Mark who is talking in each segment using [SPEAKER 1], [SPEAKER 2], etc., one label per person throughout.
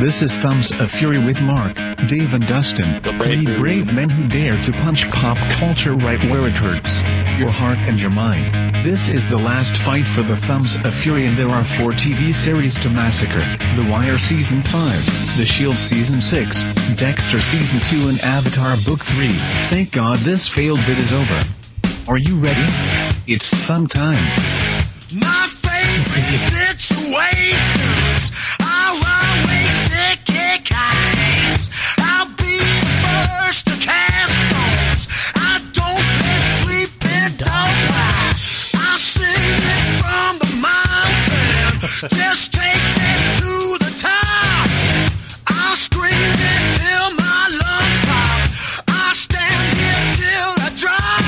[SPEAKER 1] This is Thumbs of Fury with Mark, Dave, and Dustin.
[SPEAKER 2] The brave
[SPEAKER 1] Three
[SPEAKER 2] new
[SPEAKER 1] brave men who dare to punch pop culture right where it hurts your heart and your mind. This is the last fight for the Thumbs of Fury, and there are four TV series to massacre The Wire Season 5, The Shield Season 6, Dexter Season 2, and Avatar Book 3. Thank God this failed bit is over. Are you ready? It's thumb time.
[SPEAKER 3] My favorite situations are always sticky kinds. I'll be the first to cast stones. I don't let sleeping dogs lie. I sing it from the mountain. Just take me to the top. I scream it till my lungs pop. I stand here till I drop.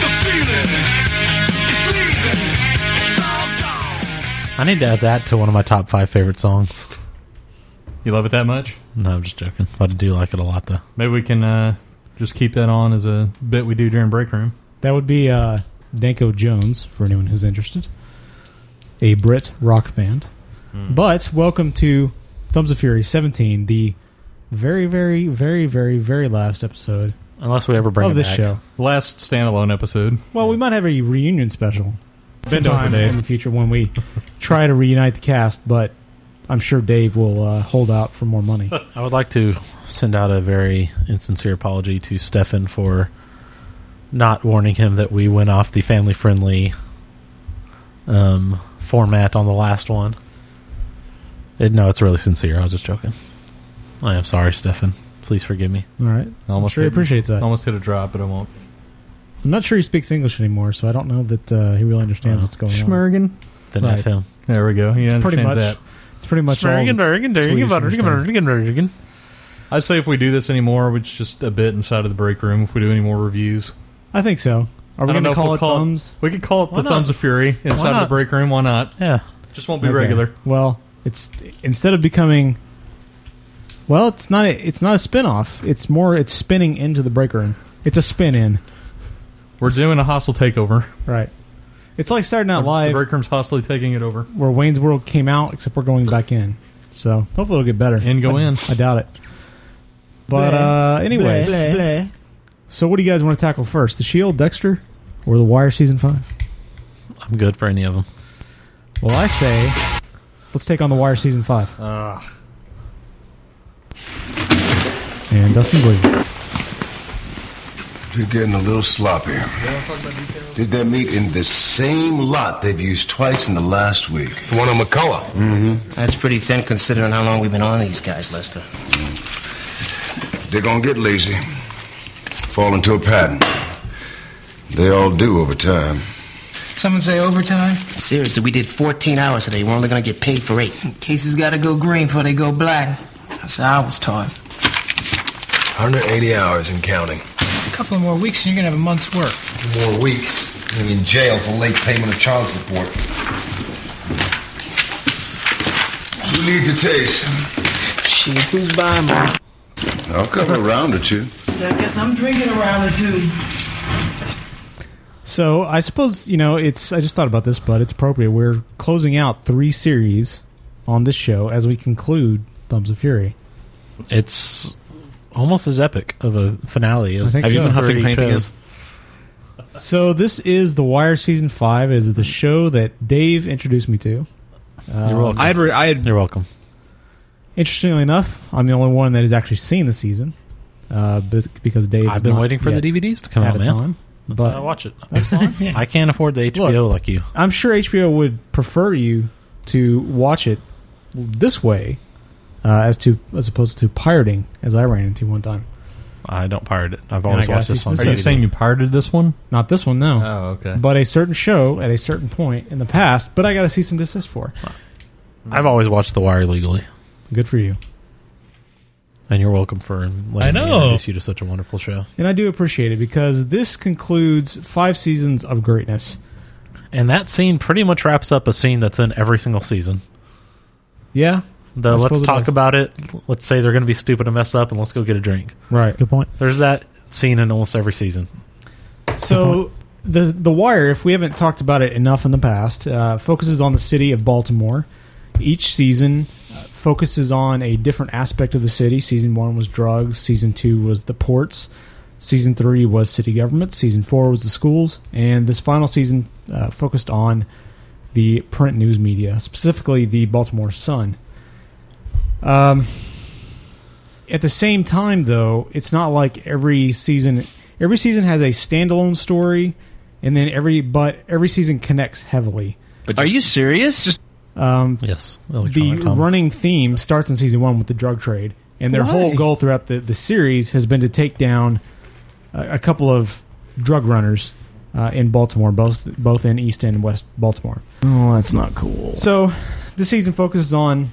[SPEAKER 3] The feeling is leaving. It's all gone.
[SPEAKER 4] I need to add that to one of my top five favorite songs.
[SPEAKER 5] You love it that much?
[SPEAKER 4] No, I'm just joking. But I do like it a lot, though.
[SPEAKER 5] Maybe we can uh, just keep that on as a bit we do during break room.
[SPEAKER 6] That would be uh, Danko Jones, for anyone who's interested. A Brit rock band. But welcome to Thumbs of Fury 17, the very, very, very, very, very last episode
[SPEAKER 4] Unless we ever bring
[SPEAKER 6] of
[SPEAKER 4] it
[SPEAKER 6] this
[SPEAKER 4] back.
[SPEAKER 6] show.
[SPEAKER 5] Last standalone episode.
[SPEAKER 6] Well, we might have a reunion special sometime
[SPEAKER 5] over, Dave.
[SPEAKER 6] in the future when we try to reunite the cast, but I'm sure Dave will uh, hold out for more money.
[SPEAKER 4] I would like to send out a very insincere apology to Stefan for not warning him that we went off the family friendly um, format on the last one. It, no, it's really sincere. I was just joking. I am sorry, Stefan. Please forgive me.
[SPEAKER 6] All right.
[SPEAKER 5] I Almost
[SPEAKER 6] sure he
[SPEAKER 5] hit-
[SPEAKER 6] appreciates that.
[SPEAKER 5] Almost hit a drop, but I won't.
[SPEAKER 6] I'm not sure he speaks English anymore, so I don't know that uh, he really understands what's going on.
[SPEAKER 5] Schmergen.
[SPEAKER 4] Then
[SPEAKER 6] Right.
[SPEAKER 4] F him.
[SPEAKER 5] There we go. He understands
[SPEAKER 6] Pretty much.
[SPEAKER 5] that.
[SPEAKER 6] It's pretty much all. that's Swedish understands.
[SPEAKER 5] I say if we do this anymore, it's just a bit inside of the break room. If we do any more reviews,
[SPEAKER 6] I think so. Are we
[SPEAKER 5] I don't
[SPEAKER 6] going
[SPEAKER 5] know
[SPEAKER 6] to
[SPEAKER 5] if
[SPEAKER 6] call
[SPEAKER 5] we'll
[SPEAKER 6] it thumbs?
[SPEAKER 5] It, we could call it the
[SPEAKER 4] not?
[SPEAKER 5] thumbs of fury inside of the
[SPEAKER 4] not?
[SPEAKER 5] break room. Why not?
[SPEAKER 4] Yeah.
[SPEAKER 5] Just won't be
[SPEAKER 6] Okay.
[SPEAKER 5] regular.
[SPEAKER 6] Well, it's instead of becoming. Well, it's not. A, it's not a spin-off. It's more. It's spinning into the break room. It's a spin in.
[SPEAKER 5] We're doing a hostile takeover.
[SPEAKER 6] Right. It's like starting out
[SPEAKER 5] The
[SPEAKER 6] live
[SPEAKER 5] break room's hostily taking it over.
[SPEAKER 6] where Wayne's World came out, except we're going back in. So hopefully it'll get better.
[SPEAKER 5] And go
[SPEAKER 6] I,
[SPEAKER 5] in.
[SPEAKER 6] I doubt it. But uh, anyways, so what do you guys want to tackle first? The Shield, Dexter, or The Wire season five?
[SPEAKER 4] I'm good for any of them.
[SPEAKER 6] Well, I say, let's take on The Wire season five. And Dustin's leaving.
[SPEAKER 7] You're getting a little sloppy. Did that meat in the same lot they've used twice in the last week?
[SPEAKER 8] One on McCullough.
[SPEAKER 9] That's pretty thin considering how long we've been on these guys, Lester.
[SPEAKER 7] They're gonna get lazy, fall into a pattern. They all do over time.
[SPEAKER 8] Someone say overtime?
[SPEAKER 9] Seriously, we did 14 hours today. We're only gonna get paid for eight. Cases gotta go green before they go black. That's how I was taught.
[SPEAKER 8] 180 hours and counting.
[SPEAKER 9] A couple more weeks and you're gonna have a month's work.
[SPEAKER 8] More weeks. I'm in jail for late payment of child support.
[SPEAKER 7] Who needs a taste?
[SPEAKER 9] Shit, who's buying more?
[SPEAKER 7] I'll cover a round or two.
[SPEAKER 9] I guess I'm drinking a round or two.
[SPEAKER 6] So I suppose you know it's. I just thought about this, but it's appropriate. We're closing out three series on this show as we conclude Thumbs of Fury.
[SPEAKER 4] It's almost as epic of a finale as
[SPEAKER 6] think Have you so. been
[SPEAKER 4] huffing
[SPEAKER 6] huffing paint So this is The Wire season five. Is the show that Dave introduced me to.
[SPEAKER 4] You're
[SPEAKER 6] Um,
[SPEAKER 4] welcome.
[SPEAKER 10] I had, re- I had
[SPEAKER 4] You're welcome.
[SPEAKER 6] Interestingly enough, I'm the only one that has actually seen the season uh, be- because Dave.
[SPEAKER 4] I've been waiting for the DVDs to come
[SPEAKER 6] at
[SPEAKER 4] out,
[SPEAKER 6] a
[SPEAKER 4] Oh, man.
[SPEAKER 6] time,
[SPEAKER 4] I
[SPEAKER 6] but
[SPEAKER 4] watch it. That's fine. I can't afford the HBO
[SPEAKER 6] Look.
[SPEAKER 4] like you.
[SPEAKER 6] I'm sure HBO would prefer you to watch it this way uh, as to as opposed to pirating, as I ran into one time.
[SPEAKER 4] I don't pirate it. I've
[SPEAKER 6] I
[SPEAKER 4] always
[SPEAKER 6] gotta
[SPEAKER 4] watched
[SPEAKER 6] see
[SPEAKER 4] this one.
[SPEAKER 6] some
[SPEAKER 5] Are you
[SPEAKER 6] Saturday.
[SPEAKER 5] saying you pirated this one?
[SPEAKER 6] Not this one, no.
[SPEAKER 5] Oh, okay.
[SPEAKER 6] but a certain show at a certain point in the past. But I got a cease and desist for.
[SPEAKER 4] I've always watched The Wire legally,
[SPEAKER 6] Good for you.
[SPEAKER 4] and you're welcome for letting me
[SPEAKER 5] I know.
[SPEAKER 4] introduce you to such a wonderful show.
[SPEAKER 6] And I do appreciate it because this concludes five seasons of greatness.
[SPEAKER 4] And that scene pretty much wraps up a scene that's in every single season.
[SPEAKER 6] Yeah.
[SPEAKER 4] The
[SPEAKER 6] I
[SPEAKER 4] let's
[SPEAKER 6] suppose it
[SPEAKER 4] talk
[SPEAKER 6] does.
[SPEAKER 4] about it. Let's say they're going to be stupid and mess up, and let's go get a drink.
[SPEAKER 6] Right. Good point.
[SPEAKER 4] There's that scene in almost every season.
[SPEAKER 6] So the the Wire, if we haven't talked about it enough in the past, uh, focuses on the city of Baltimore each season uh, focuses on a different aspect of the city. Season one was drugs. Season two was the ports. Season three was city government. Season four was the schools, and this final season uh, focused on the print news media, specifically the Baltimore Sun. Um, at the same time, though, it's not like every season. Every season has a standalone story, and then every but every season connects heavily.
[SPEAKER 2] Are you serious?
[SPEAKER 4] Yes.
[SPEAKER 6] The
[SPEAKER 4] Electronic Thomas.
[SPEAKER 6] running theme starts in season one with the drug trade, and their whole
[SPEAKER 2] Why?
[SPEAKER 6] goal throughout the, the series has been to take down a, a couple of drug runners uh, in Baltimore, both both in East and West Baltimore.
[SPEAKER 2] Oh, that's not cool.
[SPEAKER 6] So, this season focuses on,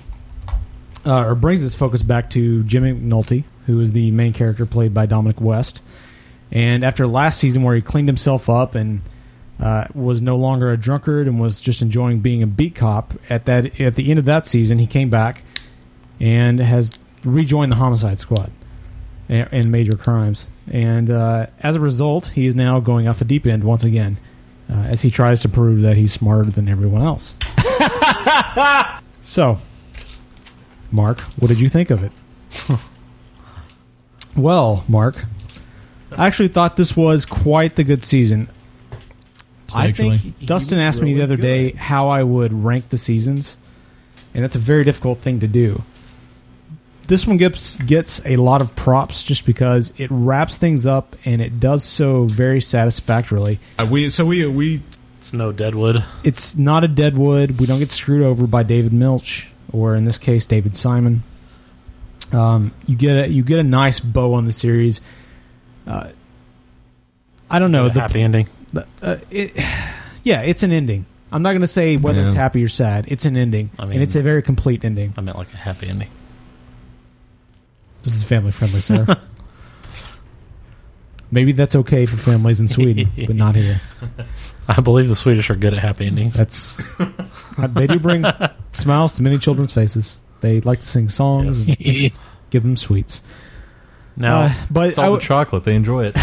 [SPEAKER 6] uh, or brings its focus back to Jimmy McNulty, who is the main character played by Dominic West. And after last season, where he cleaned himself up and uh, was no longer a drunkard and was just enjoying being a beat cop, at that at the end of that season, he came back and has rejoined the Homicide Squad and, and major crimes. And uh, as a result, he is now going off the deep end once again, uh, as he tries to prove that he's smarter than everyone else. So, Mark, what did you think of it? well, Mark, I actually thought this was quite the good season. I
[SPEAKER 5] Actually.
[SPEAKER 6] think Dustin asked me the other day how I would rank the seasons, and that's a very difficult thing to do. This one gets gets a lot of props just because it wraps things up and it does so very satisfactorily.
[SPEAKER 5] Uh, we so we we
[SPEAKER 4] It's no Deadwood.
[SPEAKER 6] It's not a dead wood. We don't get screwed over by David Milch or, in this case, David Simon. Um, you get a you get a nice bow on the series. Uh, I don't know.
[SPEAKER 4] The
[SPEAKER 6] The, uh,
[SPEAKER 4] happy ending.
[SPEAKER 6] yeah, it's an ending. I'm not going to say whether it's
[SPEAKER 8] Yeah.
[SPEAKER 6] happy or sad. It's an ending,
[SPEAKER 4] I
[SPEAKER 6] and
[SPEAKER 4] mean-
[SPEAKER 6] it's a very complete ending.
[SPEAKER 4] I meant like a happy ending.
[SPEAKER 6] This is family friendly, sir. Maybe that's okay for families in Sweden, but not here.
[SPEAKER 4] I believe the Swedish are good at happy endings.
[SPEAKER 6] That's they do bring smiles to many children's faces. They like to sing songs, and give them sweets.
[SPEAKER 4] now,
[SPEAKER 6] Uh, but
[SPEAKER 5] it's all
[SPEAKER 6] I
[SPEAKER 5] the
[SPEAKER 6] w-
[SPEAKER 5] chocolate. They enjoy it.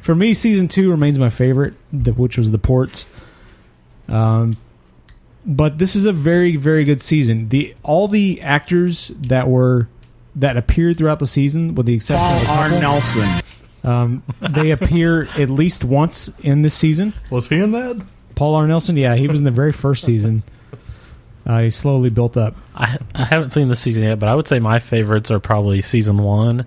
[SPEAKER 6] for me, season two remains my favorite, the, which was the ports. Um, but this is a very, very good season. The all the actors that were that appeared throughout the season, with the exception of a couple,
[SPEAKER 2] Nelson.
[SPEAKER 6] they appear at least once in this season.
[SPEAKER 5] Was he in that?
[SPEAKER 6] Paul R. Nelson, yeah, he was in the very first season. Uh, he slowly built up.
[SPEAKER 4] I, I haven't seen the season yet, but I would say my favorites are probably season one,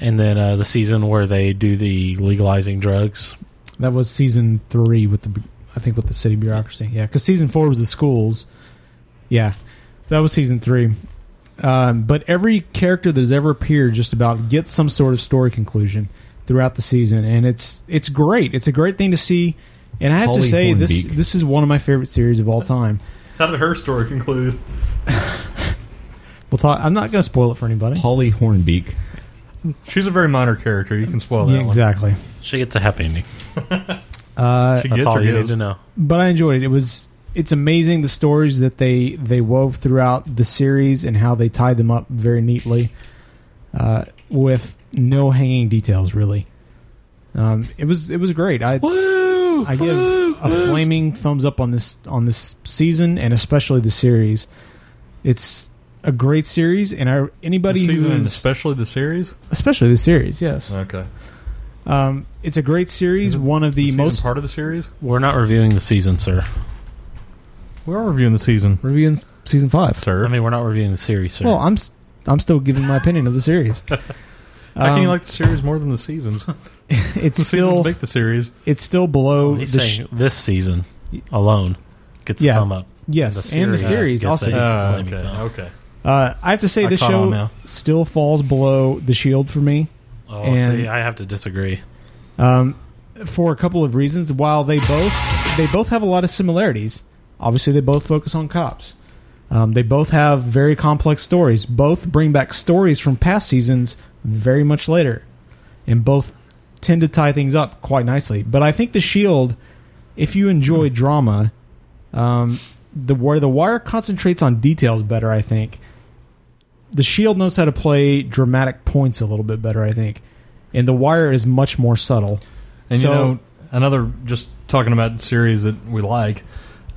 [SPEAKER 4] and then uh, the season where they do the legalizing drugs.
[SPEAKER 6] That was season three with the, I think with the city bureaucracy. Yeah, because season four was the schools. Yeah, so that was season three. Um, but every character that's ever appeared just about gets some sort of story conclusion throughout the season, and it's it's great. It's a great thing to see. And I have to
[SPEAKER 5] Holly
[SPEAKER 6] say this
[SPEAKER 5] Hornbeak.
[SPEAKER 6] this is one of my favorite series of all time.
[SPEAKER 5] How did her story conclude?
[SPEAKER 6] We'll talk. I'm not going to spoil it for anybody.
[SPEAKER 10] Holly Hornbeak.
[SPEAKER 5] She's a very minor character. You can spoil that
[SPEAKER 6] Yeah, exactly.
[SPEAKER 4] She gets a happy ending.
[SPEAKER 5] one. She
[SPEAKER 4] That's
[SPEAKER 5] gets
[SPEAKER 4] all
[SPEAKER 5] her
[SPEAKER 4] you need
[SPEAKER 5] gives.
[SPEAKER 4] to know.
[SPEAKER 6] but I enjoyed it. It was it's amazing the stories that they they wove throughout the series and how they tied them up very neatly, uh, with no hanging details really. Um, it was it was great. I I give a flaming thumbs up on this on this season and especially the series. It's a great series, and I
[SPEAKER 5] The
[SPEAKER 6] anybody
[SPEAKER 5] season,
[SPEAKER 6] who
[SPEAKER 5] and
[SPEAKER 6] is,
[SPEAKER 5] especially the series.
[SPEAKER 6] especially the series, yes,
[SPEAKER 5] Okay,
[SPEAKER 6] um, it's a great series. One of the
[SPEAKER 5] season
[SPEAKER 6] most
[SPEAKER 5] part of the series.
[SPEAKER 4] We're not reviewing the season, sir.
[SPEAKER 5] We are reviewing the season,
[SPEAKER 6] reviewing season five.
[SPEAKER 5] sir.
[SPEAKER 4] I mean, we're not reviewing the series, sir.
[SPEAKER 6] Well, I'm s- I'm still giving my opinion of the series.
[SPEAKER 5] How can you
[SPEAKER 6] Um,
[SPEAKER 5] like the series more than the seasons? The
[SPEAKER 6] It's
[SPEAKER 5] seasons
[SPEAKER 6] still
[SPEAKER 5] make the series.
[SPEAKER 6] it's still below
[SPEAKER 4] Oh, He's
[SPEAKER 6] the sh-
[SPEAKER 4] saying this season alone gets
[SPEAKER 6] Yeah.
[SPEAKER 4] a thumb up.
[SPEAKER 6] yes, and the series
[SPEAKER 4] gets
[SPEAKER 6] also.
[SPEAKER 4] a-
[SPEAKER 6] Gets,
[SPEAKER 5] Ah,
[SPEAKER 4] flaming
[SPEAKER 5] okay,
[SPEAKER 4] thumb.
[SPEAKER 5] okay.
[SPEAKER 6] uh, I have to say
[SPEAKER 5] I
[SPEAKER 6] this
[SPEAKER 5] caught on
[SPEAKER 6] show
[SPEAKER 5] now.
[SPEAKER 6] still falls below the Shield for me
[SPEAKER 4] Oh,
[SPEAKER 6] And-
[SPEAKER 4] see, I have to disagree.
[SPEAKER 6] for a couple of reasons. While they both they both have a lot of similarities. Obviously, they both focus on cops. Um, they both have very complex stories. Both bring back stories from past seasons very much later, and both tend to tie things up quite nicely. But I think the Shield, if you enjoy
[SPEAKER 5] Hmm.
[SPEAKER 6] drama, um, the where the Wire concentrates on details better, I think. The Shield knows how to play dramatic points a little bit better, I think, and the Wire is much more subtle.
[SPEAKER 5] And
[SPEAKER 6] So-
[SPEAKER 5] you know, another just talking about series that we like,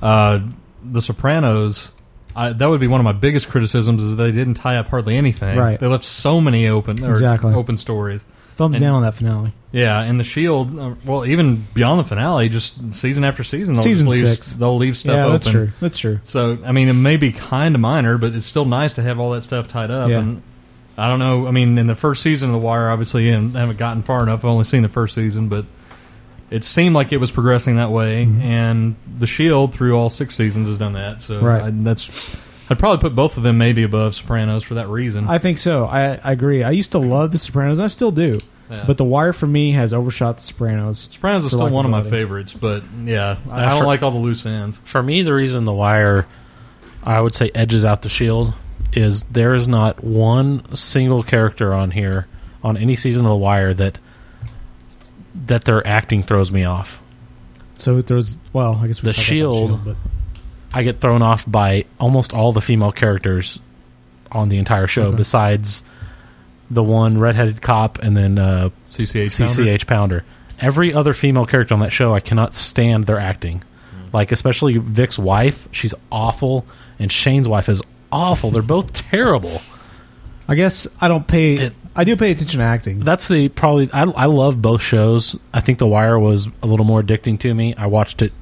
[SPEAKER 5] uh, The Sopranos I, that would be one of my biggest criticisms is they didn't tie up hardly anything.
[SPEAKER 6] Right.
[SPEAKER 5] They left so many open or
[SPEAKER 6] Exactly.
[SPEAKER 5] open stories.
[SPEAKER 6] Thumbs
[SPEAKER 5] And-
[SPEAKER 6] down on that finale.
[SPEAKER 5] Yeah, and the Shield. uh, Well, even beyond the finale, just season after season, they'll
[SPEAKER 6] Season
[SPEAKER 5] just leave,
[SPEAKER 6] six.
[SPEAKER 5] they'll leave stuff
[SPEAKER 6] Yeah,
[SPEAKER 5] open.
[SPEAKER 6] that's true. That's true.
[SPEAKER 5] So I mean, it may be kind of minor, but it's still nice to have all that stuff tied up.
[SPEAKER 6] Yeah.
[SPEAKER 5] And I don't know. I mean, in the first season of The Wire, obviously, and I haven't gotten far enough. I've only seen the first season, but it seemed like it was progressing that way.
[SPEAKER 6] Mm-hmm.
[SPEAKER 5] And the Shield through all six seasons has done that. So
[SPEAKER 6] Right.
[SPEAKER 5] I, that's. I'd probably put both of them maybe above Sopranos for that reason.
[SPEAKER 6] I think so. I, I agree. I used to love The Sopranos. I still do.
[SPEAKER 5] Yeah.
[SPEAKER 6] But The Wire for me has overshot The Sopranos.
[SPEAKER 5] Sopranos is
[SPEAKER 6] for
[SPEAKER 5] still one of my
[SPEAKER 6] likability.
[SPEAKER 5] favorites, but yeah, I
[SPEAKER 4] Uh,
[SPEAKER 5] don't
[SPEAKER 4] for-
[SPEAKER 5] like all the loose ends.
[SPEAKER 4] For me, the reason The Wire, I would say, edges out the Shield is there is not one single character on here on any season of The Wire that that their acting throws me off.
[SPEAKER 6] So it throws. Well, I guess we
[SPEAKER 4] The
[SPEAKER 6] talked about
[SPEAKER 4] Shield,
[SPEAKER 6] but
[SPEAKER 4] I get thrown off by almost all the female characters on the entire show,
[SPEAKER 6] Okay.
[SPEAKER 4] besides the one redheaded cop and then uh,
[SPEAKER 5] CCH. Pounder.
[SPEAKER 4] CCH Pounder. Every other female character on that show, I cannot stand their acting.
[SPEAKER 6] Mm.
[SPEAKER 4] Like especially Vic's wife, she's awful, and Shane's wife is awful. They're both terrible.
[SPEAKER 6] I guess I don't pay.
[SPEAKER 4] It-
[SPEAKER 6] I do pay attention to acting.
[SPEAKER 4] That's the probably. I, I love both shows. I think The Wire was a little more addicting to me. I watched it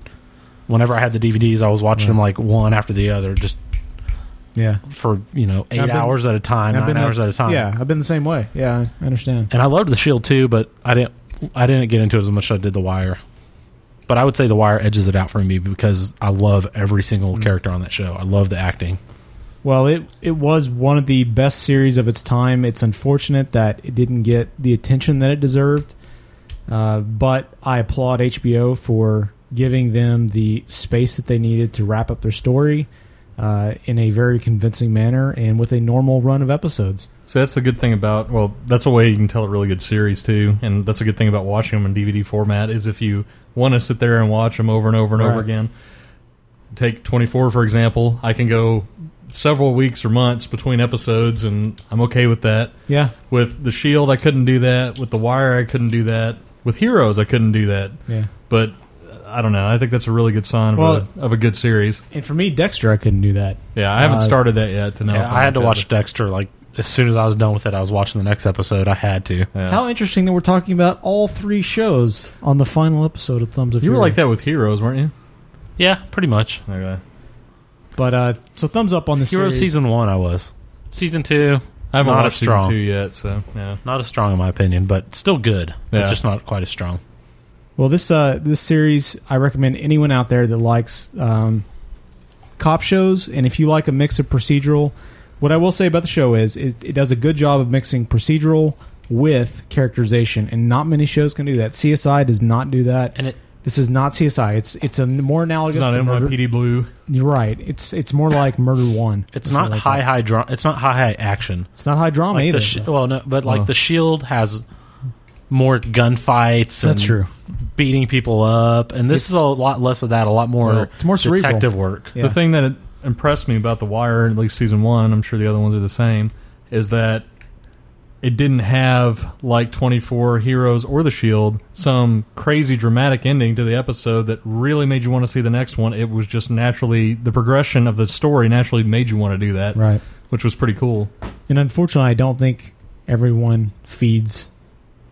[SPEAKER 4] whenever I had the DVDs. I was
[SPEAKER 6] Mm.
[SPEAKER 4] watching them like one after the other, just
[SPEAKER 6] yeah,
[SPEAKER 4] for you know 8
[SPEAKER 6] I've been-
[SPEAKER 4] hours at a time,
[SPEAKER 6] I've
[SPEAKER 4] nine
[SPEAKER 6] been
[SPEAKER 4] hours
[SPEAKER 6] that-
[SPEAKER 4] at a time.
[SPEAKER 6] Yeah, I've been the same way. Yeah, I understand.
[SPEAKER 4] and I loved The Shield too, but I didn't I didn't get into it as much as I did The Wire. But I would say The Wire edges it out for me because I love every single character on that show. I love the acting.
[SPEAKER 6] Well, it it was one of the best series of its time. It's unfortunate that it didn't get the attention that it deserved, uh, but I applaud HBO for giving them the space that they needed to wrap up their story uh, in a very convincing manner and with a normal run of episodes.
[SPEAKER 5] So that's the good thing about well, that's a way you can tell a really good series too, and that's a good thing about watching them in DVD format is if you want to sit there and watch them over and over and over
[SPEAKER 6] Right.
[SPEAKER 5] again. Take twenty four for example. I can go several weeks or months between episodes, and I'm okay with that.
[SPEAKER 6] Yeah,
[SPEAKER 5] With the Shield, I couldn't do that. With the Wire, I couldn't do that. With Heroes, I couldn't do that.
[SPEAKER 6] yeah.
[SPEAKER 5] But uh, I don't know. I think that's a really good sign
[SPEAKER 6] Well-
[SPEAKER 5] of, a, of a good series.
[SPEAKER 6] And for me, Dexter, I couldn't do that.
[SPEAKER 5] Yeah, I haven't
[SPEAKER 6] Uh,
[SPEAKER 5] started that yet to know. if
[SPEAKER 4] I had to
[SPEAKER 5] like
[SPEAKER 4] watch
[SPEAKER 5] that,
[SPEAKER 4] Dexter like as soon as I was done with it. I was watching the next episode. I had to.
[SPEAKER 5] but- yeah.
[SPEAKER 6] How interesting that we're talking about all three shows on the final episode of Thumbs Up.
[SPEAKER 5] you were
[SPEAKER 6] Fury.
[SPEAKER 5] like that with Heroes, weren't you?
[SPEAKER 4] Yeah, pretty much.
[SPEAKER 5] Okay.
[SPEAKER 6] But uh, so thumbs up on this
[SPEAKER 4] Hero
[SPEAKER 6] series.
[SPEAKER 4] season one, I was. Season two,
[SPEAKER 5] I haven't
[SPEAKER 4] Not
[SPEAKER 5] watched
[SPEAKER 4] as
[SPEAKER 5] season
[SPEAKER 4] strong.
[SPEAKER 5] two yet, so yeah.
[SPEAKER 4] not as strong in my opinion, but still good. but
[SPEAKER 5] Yeah.
[SPEAKER 4] just not quite as strong.
[SPEAKER 6] Well, this uh, this series, I recommend anyone out there that likes um, cop shows, and if you like a mix of procedural, what I will say about the show is it, it does a good job of mixing procedural with characterization, and not many shows can do that. CSI does not do that.
[SPEAKER 4] And it
[SPEAKER 6] this is not CSI. It's it's a more analogous.
[SPEAKER 5] It's not
[SPEAKER 6] to murder.
[SPEAKER 5] NYPD Blue.
[SPEAKER 6] You're right. It's it's more like Murder One.
[SPEAKER 4] it's
[SPEAKER 6] Or something
[SPEAKER 4] not
[SPEAKER 6] like
[SPEAKER 4] high
[SPEAKER 6] that.
[SPEAKER 4] high dra- It's not high high action.
[SPEAKER 6] It's not high drama
[SPEAKER 4] Like
[SPEAKER 6] either.
[SPEAKER 4] the sh- well, no, but like
[SPEAKER 5] Oh.
[SPEAKER 4] the Shield has more gunfights. And
[SPEAKER 6] That's true.
[SPEAKER 4] beating people up, and this
[SPEAKER 6] It's-
[SPEAKER 4] is a lot less of that. A lot more.
[SPEAKER 6] Well, it's more cerebral.
[SPEAKER 4] detective work.
[SPEAKER 6] Yeah.
[SPEAKER 5] The thing that impressed me about The Wire, at least season one, I'm sure the other ones are the same, is that it didn't have like 24 Heroes or The Shield, some crazy dramatic ending to the episode that really made you want to see the next one. It was just naturally the progression of the story naturally made you want to do that,
[SPEAKER 6] Right.
[SPEAKER 5] Which was pretty cool.
[SPEAKER 6] And unfortunately, I don't think everyone feeds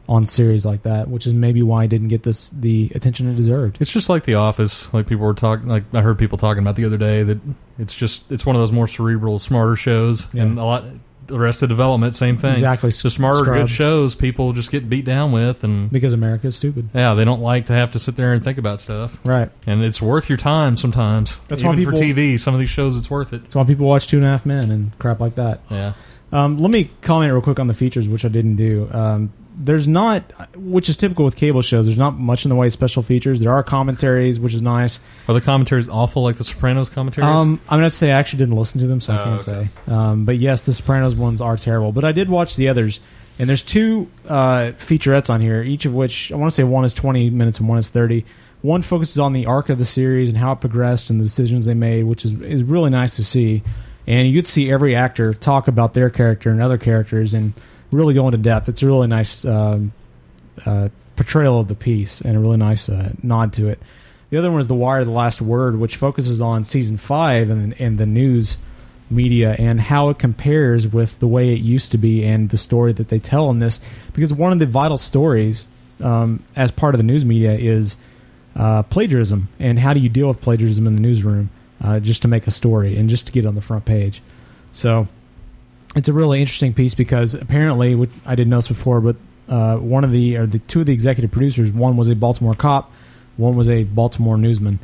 [SPEAKER 6] on series like that, which is maybe why I didn't get this the attention it deserved.
[SPEAKER 5] It's just like The Office. Like people were talking. Like I heard people talking about the other day that it's just it's one of those more cerebral, smarter shows, and a lot. The rest of development, same thing.
[SPEAKER 6] Exactly.
[SPEAKER 5] So smarter, good
[SPEAKER 6] Scrubs.
[SPEAKER 5] shows, people just get beat down with, and
[SPEAKER 6] Because America is stupid.
[SPEAKER 5] yeah, they don't like to have to sit there and think about stuff.
[SPEAKER 6] Right.
[SPEAKER 5] And it's worth your time sometimes.
[SPEAKER 6] That's why
[SPEAKER 5] Even for
[SPEAKER 6] people-
[SPEAKER 5] TV. Some of these shows, it's worth it.
[SPEAKER 6] That's why people watch Two and a Half Men and crap like that.
[SPEAKER 5] Yeah.
[SPEAKER 6] Um, let me comment real quick on the features, which I didn't do. Um, there's not, which is typical with cable shows, there's not much in the way of special features. There are commentaries, which is nice.
[SPEAKER 5] Are the commentaries awful like the Sopranos commentaries?
[SPEAKER 6] Um, I'm going to say I actually didn't listen to them, so I
[SPEAKER 5] Oh,
[SPEAKER 6] can't
[SPEAKER 5] okay.
[SPEAKER 6] say. Um, but yes, the Sopranos ones are terrible. But I did watch the others, and there's two uh, featurettes on here, each of which I want to say one is 20 minutes and one is 30. One focuses on the arc of the series and how it progressed and the decisions they made, which is is really nice to see. And you could see every actor talk about their character and other characters and really go into depth. It's a really nice um, uh, portrayal of the piece and a really nice uh, nod to it. The other one is The Wire, The Last Word, which focuses on season five and, and the news media and how it compares with the way it used to be and the story that they tell in this. Because one of the vital stories um, as part of the news media is uh, plagiarism and how do you deal with plagiarism in the newsroom uh, just to make a story and just to get it on the front page. So it's a really interesting piece because apparently, which I didn't notice before, but uh, one of the or the two of the executive producers, one was a Baltimore cop, one was a Baltimore newsman,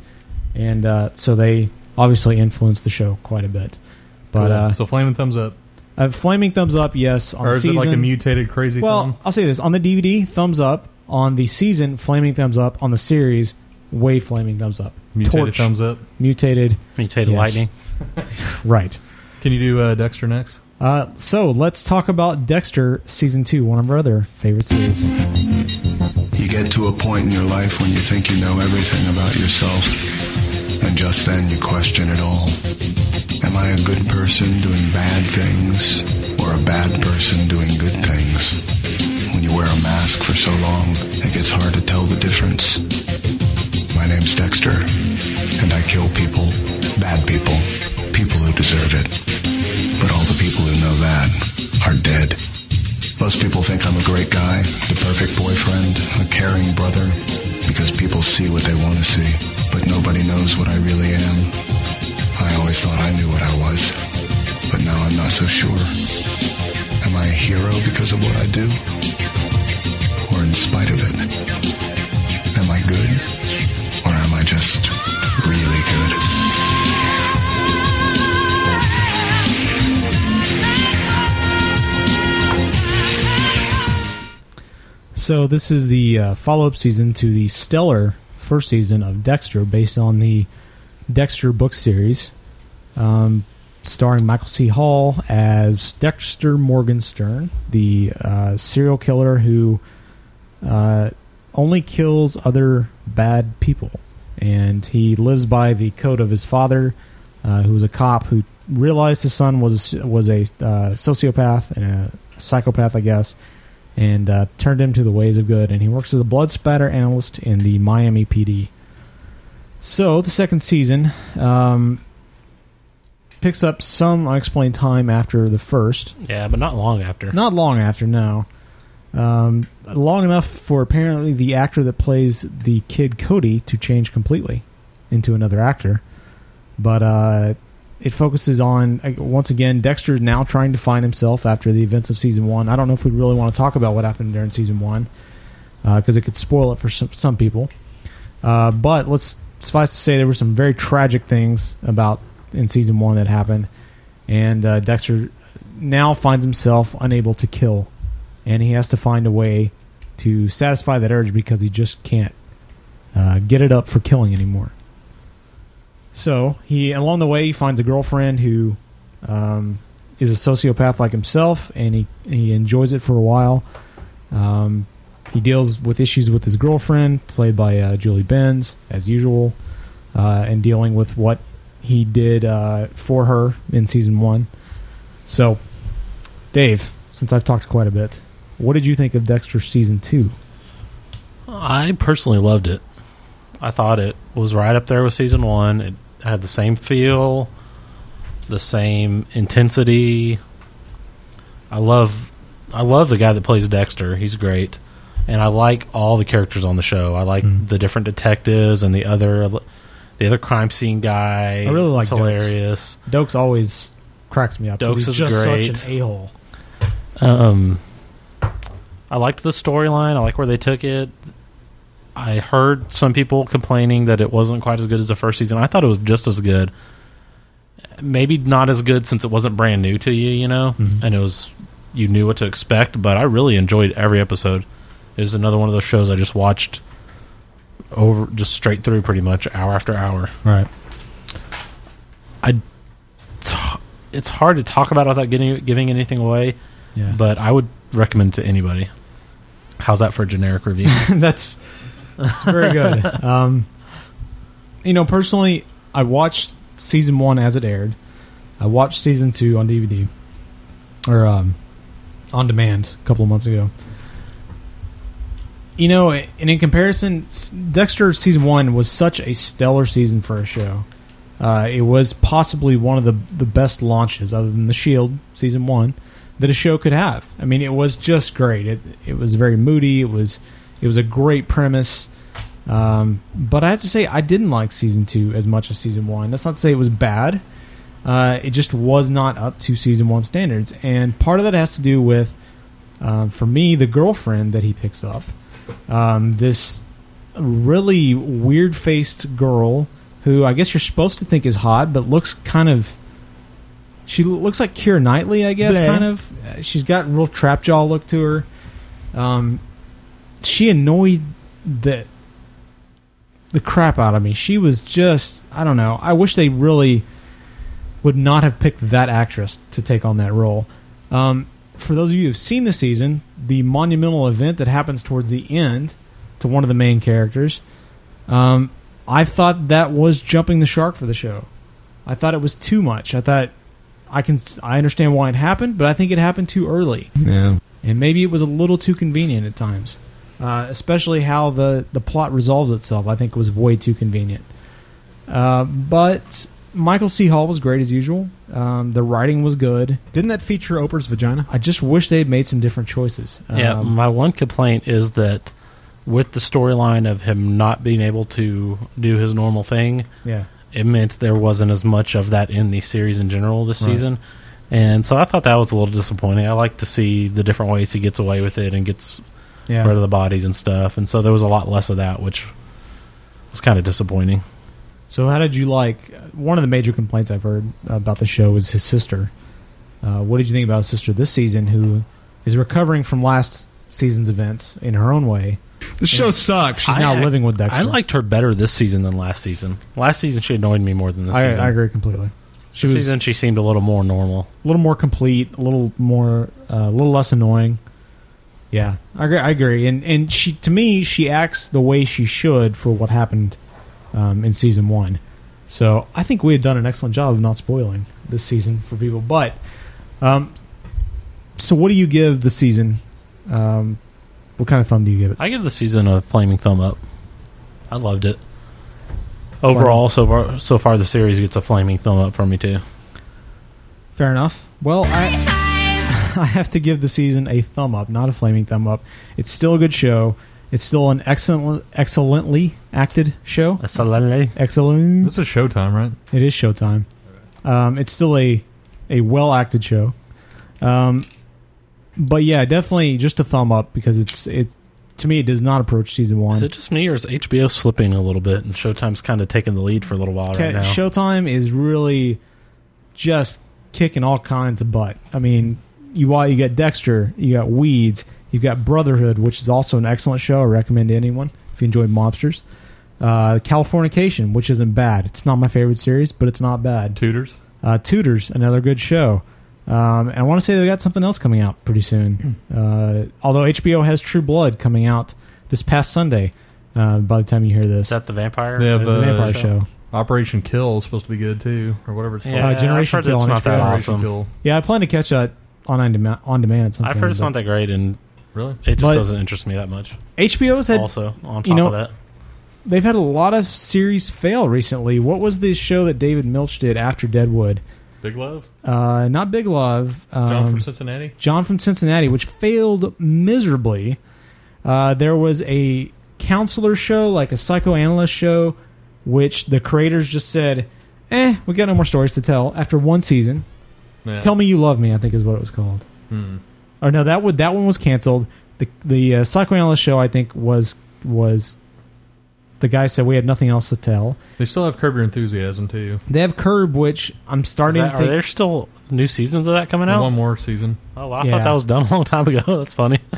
[SPEAKER 6] and uh, so they obviously influenced the show quite a bit. But
[SPEAKER 5] Cool.
[SPEAKER 6] uh,
[SPEAKER 5] so flaming thumbs up,
[SPEAKER 6] uh, flaming thumbs up, yes. On
[SPEAKER 5] or
[SPEAKER 6] the
[SPEAKER 5] is it like a
[SPEAKER 6] season.
[SPEAKER 5] mutated crazy
[SPEAKER 6] Well,
[SPEAKER 5] thumb?
[SPEAKER 6] I'll say this on the DVD, thumbs up on the season, flaming thumbs up on the series, way flaming thumbs up.
[SPEAKER 5] Mutated
[SPEAKER 6] Torch,
[SPEAKER 5] thumbs up.
[SPEAKER 6] mutated,
[SPEAKER 4] Mutated
[SPEAKER 6] yes.
[SPEAKER 4] lightning.
[SPEAKER 6] right.
[SPEAKER 5] Can you do uh, Dexter next?
[SPEAKER 6] Uh, so let's talk about Dexter season two, one of our other favorite series.
[SPEAKER 10] You get to a point in your life when you think you know everything about yourself, and just then you question it all. Am I a good person doing bad things, or a bad person doing good things? When you wear a mask for so long, it gets hard to tell the difference. My name's Dexter, and I kill people, bad people, people who deserve it. But all the people who know that are dead. Most people think I'm a great guy, the perfect boyfriend, a caring brother, because people see what they want to see, but nobody knows what I really am. I always thought I knew what I was, but now I'm not so sure. Am I a hero because of what I do? Or in spite of it? Am I good? Or am I just really good?
[SPEAKER 6] So this is the uh, follow-up season to the stellar first season of Dexter, based on the Dexter book series, um, starring Michael C. Hall as Dexter Morgenstern, the uh, serial killer who uh, only kills other bad people, and he lives by the code of his father, uh, who was a cop who realized his son was was a uh, sociopath and a psychopath, I guess, and uh, turned him to the ways of good. And he works as a blood spatter analyst in the Miami PD. So the second season um, picks up some unexplained time after the first.
[SPEAKER 4] Yeah, but not long after.
[SPEAKER 6] Not long after, no. Um, long enough for apparently the actor that plays the kid Cody to change completely into another actor. But uh, it focuses on, like, once again, Dexter is now trying to find himself after the events of season one. I don't know if we really want to talk about what happened during season one because it could spoil it for some, some people. Uh, but let's suffice to say there were some very tragic things about in season one that happened, and uh, Dexter now finds himself unable to kill, and he has to find a way to satisfy that urge because he just can't uh, get it up for killing anymore. So he along the way he finds a girlfriend who um, is a sociopath like himself, and he he enjoys it for a while. Um, he deals with issues with his girlfriend, played by uh, Julie Benz, as usual, uh, and dealing with what he did uh, for her in season one. So, Dave, since I've talked quite a bit, what did you think of Dexter season two?
[SPEAKER 4] I personally loved it. I thought it was right up there with season one. It had the same feel, the same intensity. I love, I love the guy that plays Dexter. He's great, and I like all the characters on the show. I like the different detectives and the other, the other crime scene guy.
[SPEAKER 6] I really like
[SPEAKER 4] It's hilarious.
[SPEAKER 6] Dokes always cracks me up. 'cause
[SPEAKER 4] Dokes
[SPEAKER 6] he's
[SPEAKER 4] is
[SPEAKER 6] just
[SPEAKER 4] great.
[SPEAKER 6] such an a hole.
[SPEAKER 4] Um, I liked the storyline. I like where they took it. I heard some people complaining that it wasn't quite as good as the first season. I thought it was just as good. Maybe not as good since it wasn't brand new to you, you know, and it was you knew what to expect. But I really enjoyed every episode. It was another one of those shows I just watched over just straight through, pretty much hour after hour.
[SPEAKER 6] Right.
[SPEAKER 4] I it's h- it's hard to talk about without getting giving anything away.
[SPEAKER 6] Yeah.
[SPEAKER 4] But I would recommend to anybody. How's that for a generic review?
[SPEAKER 6] that's that's very good. Um, you know, personally, I watched season one as it aired. I watched season two on DVD or um, on demand a couple of months ago. You know, and in comparison, s- Dexter season one was such a stellar season for a show. Uh, it was possibly one of the the best launches, other than the Shield season one, that a show could have. I mean, it was just great. It it was very moody. It was it was a great premise. Um, but I have to say, I didn't like season two as much as season one. That's not to say it was bad. Uh, it just was not up to season one standards, and part of that has to do with, um, for me, the girlfriend that he picks up. Um, this really weird faced girl who I guess you're supposed to think is hot, but looks kind of. She looks like Keira Knightley, I guess,
[SPEAKER 11] Bleh.
[SPEAKER 6] kind of. Uh, She's got a real trap jaw look to her. Um, she annoyed the the crap out of me. She was just I don't know. I wish they really would not have picked that actress to take on that role. Um, for those of you who've seen the season, the monumental event that happens towards the end to one of the main characters, um, I thought that was jumping the shark for the show. I thought it was too much. I thought I can I understand why it happened, but I think it happened too early
[SPEAKER 10] Yeah.
[SPEAKER 6] and maybe it was a little too convenient at times. Uh, especially how the the plot resolves itself, I think was way too convenient. Uh, but Michael C. Hall was great as usual. Um, the writing was good. Didn't that feature Oprah's vagina? I just wish they had made some different choices.
[SPEAKER 4] Yeah,
[SPEAKER 6] Um,
[SPEAKER 4] my one complaint is that with the storyline of him not being able to do his normal thing,
[SPEAKER 6] Yeah.
[SPEAKER 4] it meant there wasn't as much of that in the series in general this
[SPEAKER 6] Right.
[SPEAKER 4] season. And so I thought that was a little disappointing. I like to see the different ways he gets away with it and gets
[SPEAKER 6] Yeah.
[SPEAKER 4] rid of the bodies and stuff. And so there was a lot less of that, which was kind of disappointing.
[SPEAKER 6] So, how did you like? One of the major complaints I've heard about the show is his sister. Uh, what did you think about his sister this season, who is recovering from last season's events in her own way?
[SPEAKER 4] The show
[SPEAKER 6] sucks. She's now living with Dexter.
[SPEAKER 4] I liked her better this season than last season. Last season she annoyed me more than this
[SPEAKER 6] I,
[SPEAKER 4] season.
[SPEAKER 6] I agree completely. She
[SPEAKER 4] this
[SPEAKER 6] was
[SPEAKER 4] season she seemed a little more normal.
[SPEAKER 6] a little more complete, a little more, uh, a little less annoying. Yeah, I agree. I agree. And and she to me, she acts the way she should for what happened um, in season one. So I think we had done an excellent job of not spoiling this season for people. But um, so what do you give the season? Um, what kind of thumb do you give it?
[SPEAKER 4] I give the season a flaming thumb up. I loved it. Overall, so far, so far the series gets a flaming thumb up from me too.
[SPEAKER 6] Fair enough. Well, I I have to give the season a thumb up, not a flaming thumb up. It's still a good show. It's still an excellent, excellently acted show.
[SPEAKER 4] Excellently,
[SPEAKER 6] excellent.
[SPEAKER 5] This is Showtime, right?
[SPEAKER 6] It is Showtime. Um, it's still a a well acted show. Um, but yeah, definitely just a thumb up because it's it to me it does not approach season one.
[SPEAKER 4] Is it just me or is HBO slipping a little bit and Showtime's kind of taking the lead for a little while right
[SPEAKER 6] Ca-
[SPEAKER 4] now?
[SPEAKER 6] Showtime is really just kicking all kinds of butt. I mean, you wa- you got Dexter, you got Weeds, you've got Brotherhood, which is also an excellent show. I recommend to anyone if you enjoy mobsters. Uh, Californication, which isn't bad. It's not my favorite series, but it's not bad.
[SPEAKER 5] Tutors.
[SPEAKER 6] Uh, Tutors, another good show. Um, and I want to say they got something else coming out pretty soon. Uh, although HBO has True Blood coming out this past Sunday. Uh, by the time you hear this,
[SPEAKER 4] Is that the vampire?
[SPEAKER 5] They have
[SPEAKER 6] the
[SPEAKER 5] uh,
[SPEAKER 6] vampire show.
[SPEAKER 5] Operation Kill is supposed to be good too, or whatever it's called.
[SPEAKER 4] Yeah,
[SPEAKER 6] uh, Generation
[SPEAKER 4] I've heard
[SPEAKER 6] Kill.
[SPEAKER 4] it's
[SPEAKER 6] on
[SPEAKER 4] not that
[SPEAKER 6] HBO.
[SPEAKER 4] awesome.
[SPEAKER 5] Generation Kill.
[SPEAKER 6] Yeah, I plan to catch that on on demand, on demand at some
[SPEAKER 4] I've
[SPEAKER 6] point,
[SPEAKER 4] heard it's
[SPEAKER 6] but-
[SPEAKER 4] not that great and
[SPEAKER 5] really
[SPEAKER 4] it just
[SPEAKER 6] But-
[SPEAKER 4] doesn't interest me that much.
[SPEAKER 6] HBO's had
[SPEAKER 4] also on top
[SPEAKER 6] you know,
[SPEAKER 4] of that.
[SPEAKER 6] They've had a lot of series fail recently. What was the show that David Milch did after Deadwood?
[SPEAKER 5] Big Love.
[SPEAKER 6] Uh, not Big Love. Um,
[SPEAKER 5] John from Cincinnati?
[SPEAKER 6] John from Cincinnati, which failed miserably. Uh, there was a counselor show, like a psychoanalyst show, which the creators just said, "Eh, we got no more stories to tell." After one season,
[SPEAKER 5] Yeah.
[SPEAKER 6] "Tell Me You Love Me," I think is what it was called.
[SPEAKER 5] Hmm.
[SPEAKER 6] Or no, that would that one was canceled. The the uh, psychoanalyst show I think was was the guy said we had nothing else to tell.
[SPEAKER 5] They still have Curb Your Enthusiasm too.
[SPEAKER 6] They have Curb, which I'm
[SPEAKER 4] Is
[SPEAKER 6] starting
[SPEAKER 4] that-
[SPEAKER 6] to
[SPEAKER 4] are
[SPEAKER 6] think.
[SPEAKER 4] there still new seasons of that coming out?
[SPEAKER 5] One more season.
[SPEAKER 4] Oh, wow, I
[SPEAKER 6] Yeah.
[SPEAKER 4] thought that was done a long time ago. That's funny.
[SPEAKER 6] uh,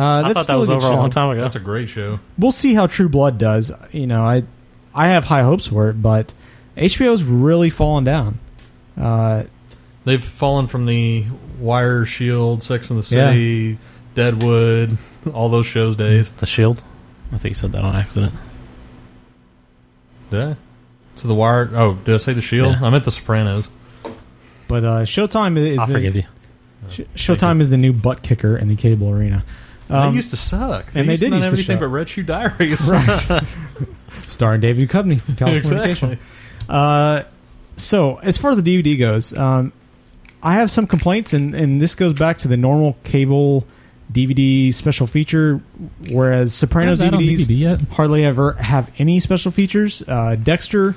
[SPEAKER 4] I
[SPEAKER 6] that's
[SPEAKER 4] thought that
[SPEAKER 6] still
[SPEAKER 4] was
[SPEAKER 6] a good
[SPEAKER 4] over a
[SPEAKER 6] show.
[SPEAKER 4] long time ago.
[SPEAKER 5] That's a great show.
[SPEAKER 6] We'll see how True Blood does. You know, I I have high hopes for it, but HBO's really fallen down. Uh,
[SPEAKER 5] They've fallen from the Wire, Shield, E Sex and the City, Deadwood, all those shows days.
[SPEAKER 4] The Shield. I think you said that on accident.
[SPEAKER 5] Did I? So the Wire. Oh, did I say the Shield?
[SPEAKER 4] Yeah.
[SPEAKER 5] I meant the Sopranos.
[SPEAKER 6] but uh, Showtime is
[SPEAKER 4] I'll
[SPEAKER 6] the,
[SPEAKER 4] forgive you.
[SPEAKER 6] Sh- Showtime is the new butt kicker in the cable arena.
[SPEAKER 5] they
[SPEAKER 6] Um,
[SPEAKER 5] used to suck.
[SPEAKER 6] and they
[SPEAKER 5] used to
[SPEAKER 6] did
[SPEAKER 5] not
[SPEAKER 6] used
[SPEAKER 5] have anything
[SPEAKER 6] to suck.
[SPEAKER 5] but Red Shoe Diaries.
[SPEAKER 6] Right. starring David Duchovny from California.
[SPEAKER 5] exactly.
[SPEAKER 6] Uh, so as far as the DVD goes, um, I have some complaints, and, and this goes back to the normal cable DVD special feature, whereas Sopranos
[SPEAKER 11] Have that on
[SPEAKER 6] DVDs
[SPEAKER 11] DVD yet?
[SPEAKER 6] hardly ever have any special features. Uh, Dexter